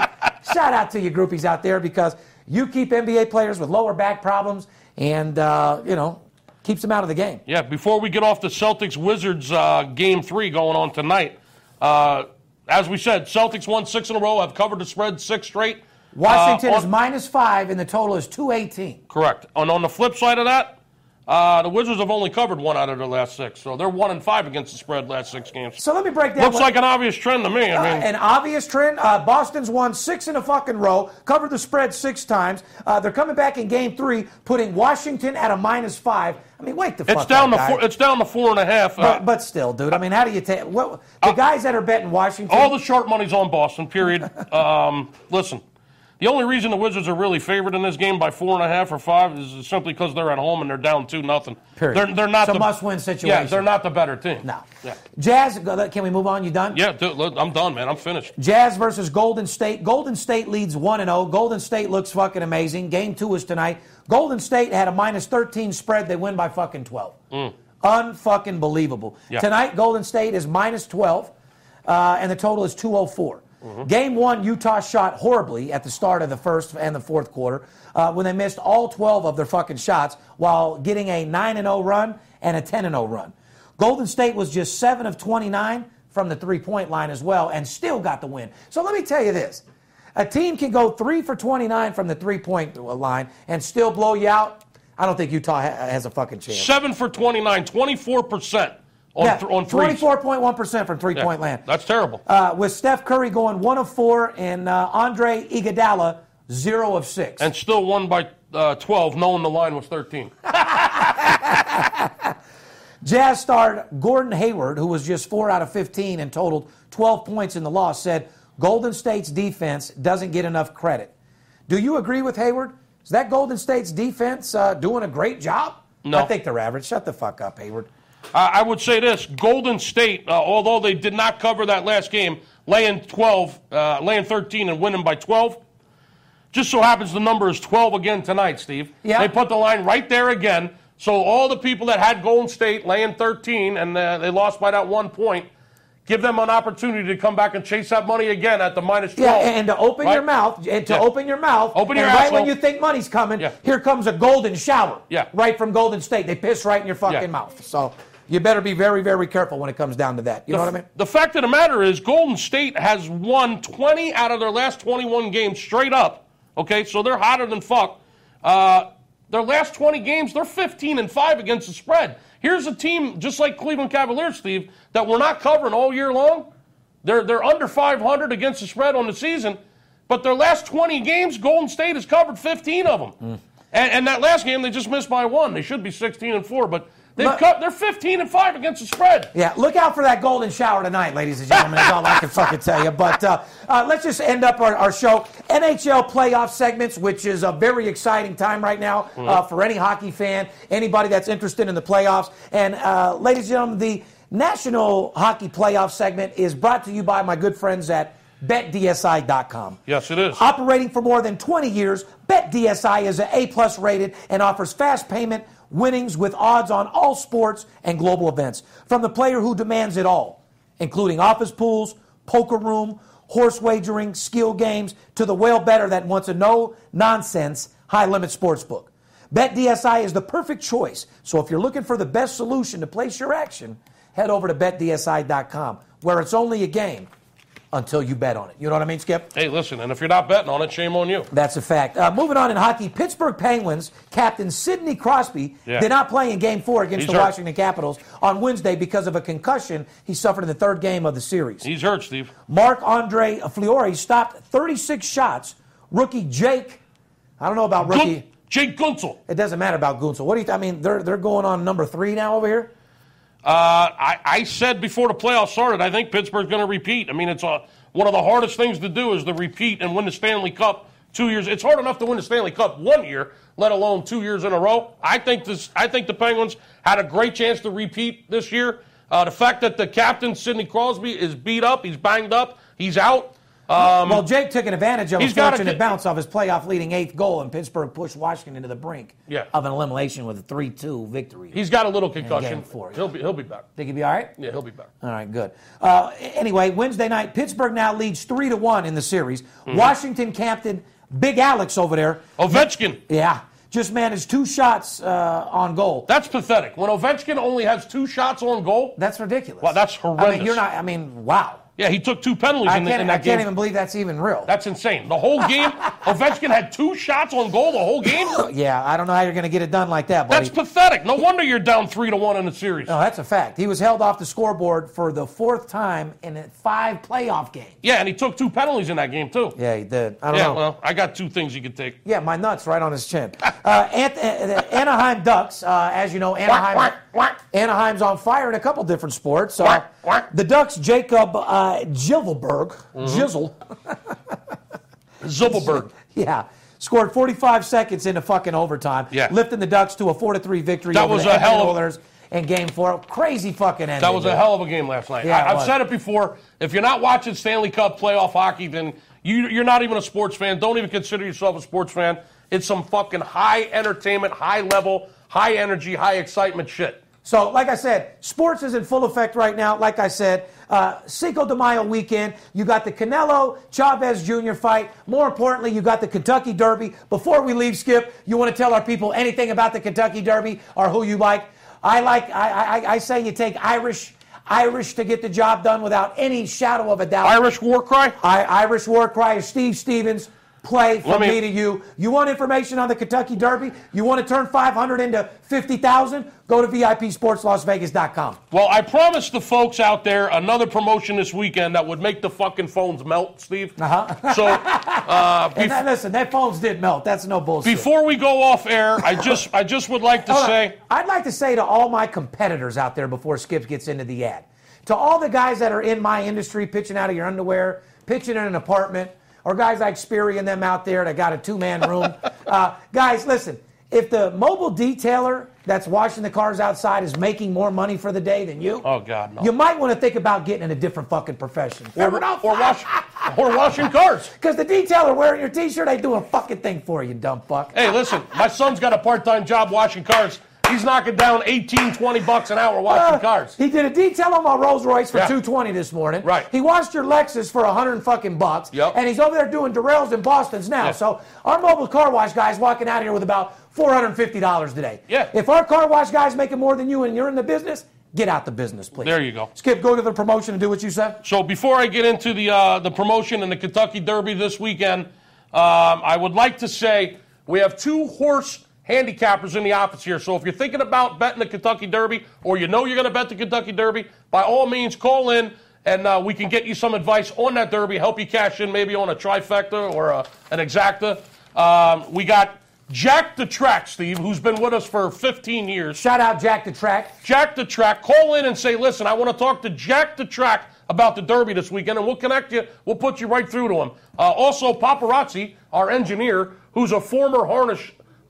shout out to you groupies out there because you keep NBA players with lower back problems and, uh, you know, keeps them out of the game. Yeah, before we get off the Celtics Wizards uh, game three going on tonight, uh, as we said, Celtics won six in a row, have covered the spread six straight. Washington Uh, is on- minus five and the total is 218. Correct. And on the flip side of that, Uh, the Wizards have only covered one out of their last six, so they're one and five against the spread last six games. So let me break that. Looks one- like an obvious trend to me. I Uh, mean, an obvious trend. Uh, Boston's won six in a fucking row, covered the spread six times. Uh, they're coming back in game three, putting Washington at a minus five. I mean, wait the fuck it's down up, to guys. four, it's down to four and a half. Uh, but, but still, dude. I mean, how do you take what the guys that are betting Washington? All the short money's on Boston, period. um, listen, the only reason the Wizards are really favored in this game by four and a half or five is simply because they're at home and they're down two nothing. Period. They're, they're not It's a the must-win situation. Yeah, they're not the better team. no. Yeah, Jazz, go- can we move on? You done? yeah dude, look, I'm done, man. I'm finished. Jazz versus Golden State. Golden State leads 1 0. Golden State looks fucking amazing. Game two is tonight. Golden State had a minus 13 spread. They win by fucking 12. Unfucking believable. Yeah. Tonight, Golden State is minus 12, uh, and the total is 204. Game one, Utah shot horribly at the start of the first and the fourth quarter uh, when they missed all 12 of their fucking shots while getting a 9 0 run and a 10 0 run. Golden State was just 7 of 29 from the three point line as well and still got the win. So let me tell you this a team can go 3 for 29 from the three point line and still blow you out. I don't think Utah ha- has a fucking chance. Seven for 29, 24 percent on Yeah, th- on threes. 24.1% from three Yeah, point land. That's terrible. Uh, with Steph Curry going one of four and uh, Andre Iguodala zero of six. and still won by uh, 12, knowing the line was 13. Jazz star Gordon Hayward, who was just four out of 15 and totaled 12 points in the loss, said Golden State's defense doesn't get enough credit. Do you agree with Hayward? Is that Golden State's defense uh, doing a great job? No. I think they're average. Shut the fuck up, Hayward. I I would say this: Golden State, uh, although they did not cover that last game, laying 12, uh, laying 13, and winning by 12. Just so happens the number is 12 again tonight, Steve. Yeah. They put the line right there again. So all the people that had Golden State laying 13 and uh, they lost by that one point, give them an opportunity to come back and chase that money again at the minus 12. Yeah, and to open right? your mouth, and to Yeah. open your mouth, Open your and right asshole. when you think money's coming, Yeah. here comes a golden shower. Yeah. Right from Golden State. They piss right in your fucking Yeah. mouth. So you better be very, very careful when it comes down to that. You know what I mean? The fact of the matter is, Golden State has won 20 out of their last 21 games straight up. Okay, so they're hotter than fuck. Uh, their last 20 games, they're 15 and 5 against the spread. Here's a team, just like Cleveland Cavaliers, Steve, that we're not covering all year long. They're, they're under 500 against the spread on the season, but their last 20 games, Golden State has covered 15 of them. And, and that last game, they just missed by one. They should be 16 and 4, but they've But- cut, they're 15 and 5 against the spread. Yeah, look out for that golden shower tonight, ladies and gentlemen. That's all I can fucking tell you. But uh, uh, let's just end up our, our show. NHL playoff segments, which is a very exciting time right now uh, for any hockey fan, anybody that's interested in the playoffs. And, uh, ladies and gentlemen, the National Hockey Playoff segment is brought to you by my good friends at betdsi.com. Yes, it is. Operating for more than 20 years, BetDSI is A plus rated and offers fast payment winnings with odds on all sports and global events from the player who demands it all, including office pools, poker room, horse wagering, skill games, to the well better that wants a no nonsense high limit sports book. BetDSI is the perfect choice. So if you're looking for the best solution to place your action, head over to betdsi.com where it's only a game until you bet on it. You know what I mean, Skip? Hey, listen, and if you're not betting on it, shame on you. That's a fact. Uh, moving on in hockey, Pittsburgh Penguins captain Sidney Crosby Yeah. did not play in Game Four against He's the hurt. Washington Capitals on Wednesday because of a concussion he suffered in the third game of the series. He's hurt, Steve. Mark Andre Fleury stopped 36 shots. Rookie Jake, I don't know about rookie. Gun- Jake Guntzel. It doesn't matter about Gunsel. What do you? Th- I mean, they're they're going on number three now over here. Uh, I, I said before the playoffs started, I think Pittsburgh's going to repeat. I mean, it's uh one of the hardest things to do is to repeat and win the Stanley Cup two years. It's hard enough to win the Stanley Cup one year, let alone two years in a row. I think this. I think the Penguins had a great chance to repeat this year. Uh, the fact that the captain Sidney Crosby is beat up, he's banged up, he's out. well, Jake took an advantage of a he's gotta fortunate get- bounce off his playoff leading eighth goal, and Pittsburgh pushed Washington to the brink Yeah. of an elimination with a 3 2 victory. He's got a little concussion. four, yeah. He'll be he'll be back. Think he'll be all right? Yeah, he'll be back. All right, good. Uh, anyway, Wednesday night, Pittsburgh now leads three to one in the series. Washington captain Big Alex over there, Ovechkin. yeah, just managed two shots uh, on goal. That's pathetic. When Ovechkin only has two shots on goal, That's ridiculous. Wow, that's I mean, horrendous. you're not. I mean, wow. Yeah, he took two penalties I in, the, can't, in I that can't game. even believe that's even real. That's insane. The whole game, Ovechkin had two shots on goal the whole game. yeah, I don't know how you're going to get it done like that, buddy. That's pathetic. No wonder you're down three to one in the series. no, that's a fact. He was held off the scoreboard for the fourth time in five playoff games. Yeah, and he took two penalties in that game too. Yeah, he did. I don't Yeah, know. well, I got two things you could take. Yeah, my nuts right on his chin. Uh, Ant- uh, the Anaheim Ducks, uh, as you know, Anaheim, Anaheim's on fire in a couple different sports. Uh, the Ducks, Jacob uh, Jivelberg, Jizzle, Zubbleberg. yeah, scored 45 seconds into fucking overtime, Yeah. lifting the Ducks to a four to three victory. That over was the a hell of- Edmonton Oilers in Game Four. Crazy fucking ending. That was a dude. hell of a game last night. Yeah, it I, I've was. said it before. If you're not watching Stanley Cup playoff hockey, then you, you're not even a sports fan. Don't even consider yourself a sports fan. It's some fucking high entertainment, high level, high energy, high excitement shit. So, like I said, sports is in full effect right now. Like I said, uh, Cinco de Mayo weekend, you got the Canelo Chavez Jr. fight. More importantly, you got the Kentucky Derby. Before we leave, Skip, you want to tell our people anything about the Kentucky Derby or who you like? I like. I, I, I say you take Irish, Irish to get the job done without any shadow of a doubt. Irish war cry? I, Irish war cry is Steve Stevens. Play from Let me- me, to you. You want information on the Kentucky Derby? You want to turn 500 into 50,000? Go to VIPSportsLasVegas.com. Well, I promised the folks out there another promotion this weekend that would make the fucking phones melt, Steve. Uh-huh. So, uh, And that, bef- listen, that phones did melt. That's no bullshit. before we go off air, I just I just would like to Hold on. say I'd like to say to all my competitors out there before Skip gets into the ad, to all the guys that are in my industry pitching out of your underwear, pitching in an apartment, or guys like Speary and them out there that got a two-man room. uh, guys, listen. If the mobile detailer that's washing the cars outside is making more money for the day than you, Oh, God, no. you might want to think about getting in a different fucking profession. or, or wash or washing cars. Because the detailer wearing your T-shirt ain't doing a fucking thing for you, dumb fuck. Hey, listen, my son's got a part-time job washing cars. He's knocking down 18, 20 bucks an hour washing Uh, cars. He did a detail on my Rolls Royce for Yeah. 220 this morning. Right. He washed your Lexus for 100 fucking bucks. Yep. And he's over there doing derails in Boston's now. Yeah. So our mobile car wash guy's walking out here with about $450 today. Yeah. If our car wash guy's making more than you and you're in the business, get out the business, please. There you go. Skip, go to the promotion and do what you said. So before I get into the uh, the promotion and the Kentucky Derby this weekend, um, I would like to say we have two horse handicappers in the office here. So if you're thinking about betting the Kentucky Derby, or you know you're going to bet the Kentucky Derby, by all means call in and uh, we can get you some advice on that Derby, help you cash in maybe on a trifecta or a, an exacta. Um, we got Jack the Track, Steve, who's been with us for 15 years. Shout out Jack the Track. Jack the Track, call in and say, listen, I want to talk to Jack the Track about the Derby this weekend, and we'll connect you. We'll put you right through to him. Uh, also, Paparazzi, our engineer, who's a former harness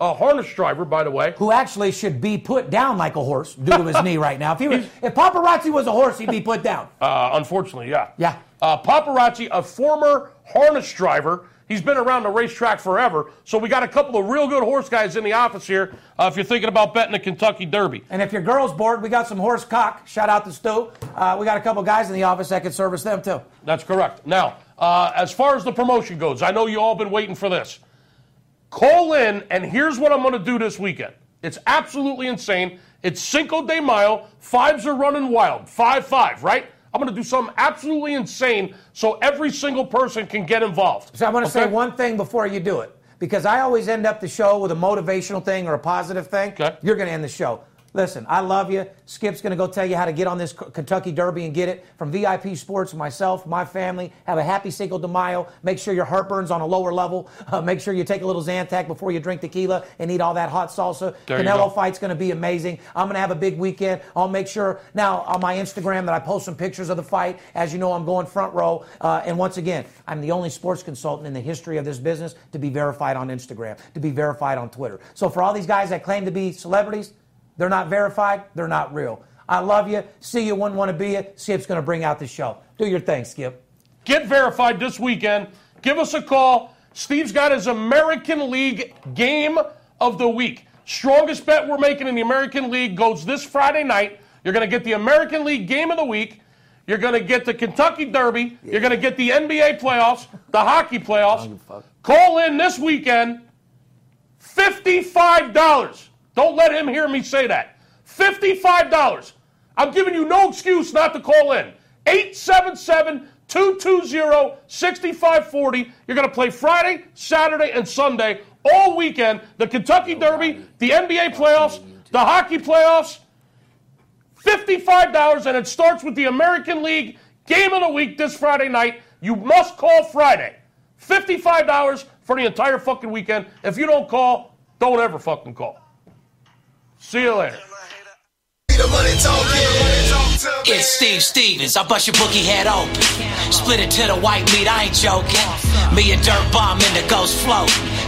uh, harness driver, by the way. Who actually should be put down like a horse due to his knee right now. If, he was, if paparazzi was a horse, he'd be put down. Uh, unfortunately, yeah. Yeah. Uh, paparazzi, a former harness driver. He's been around the racetrack forever. So we got a couple of real good horse guys in the office here. Uh, if you're thinking about betting the Kentucky Derby. And if your girl's bored, we got some horse cock. Shout out to Stu. Uh, we got a couple guys in the office that could service them too. That's correct. Now, uh, as far as the promotion goes, I know you all been waiting for this. Call in, and here's what I'm going to do this weekend. It's absolutely insane. It's Cinco de Mayo. Fives are running wild. Five five, right? I'm going to do something absolutely insane so every single person can get involved. So I want to say Okay? one thing before you do it, because I always end up the show with a motivational thing or a positive thing. Okay. You're going to end the show. Listen, I love you. Skip's going to go tell you how to get on this K- Kentucky Derby and get it from VIP Sports, myself, my family. Have a happy Cinco de Mayo. Make sure your heartburn's on a lower level. Uh, make sure you take a little Zantac before you drink tequila and eat all that hot salsa. There you go. Canelo fight's going to be amazing. I'm going to have a big weekend. I'll make sure now on my Instagram that I post some pictures of the fight. As you know, I'm going front row. Uh, and once again, I'm the only sports consultant in the history of this business to be verified on Instagram, to be verified on Twitter. So for all these guys that claim to be celebrities, they're not verified, they're not real. I love you. See you. Wouldn't want to be it. Skip's going to bring out the show. Do your thing, Skip. Get verified this weekend. Give us a call. Steve's got his American League game of the week. Strongest bet we're making in the American League goes this Friday night. You're going to get the American League game of the week. You're going to get the Kentucky Derby. You're going to get the NBA playoffs, the hockey playoffs. Call in this weekend. $55. Don't let him hear me say that. $55. I'm giving you no excuse not to call in. 877 220 6540. You're going to play Friday, Saturday, and Sunday all weekend. The Kentucky Derby, the NBA playoffs, the hockey playoffs. $55, and it starts with the American League game of the week this Friday night. You must call Friday. $55 for the entire fucking weekend. If you don't call, don't ever fucking call. See you later. It's Steve Stevens. I bust your bookie head open. Split it to the white meat, I ain't joking. Me and Dirt Bomb in the ghost float.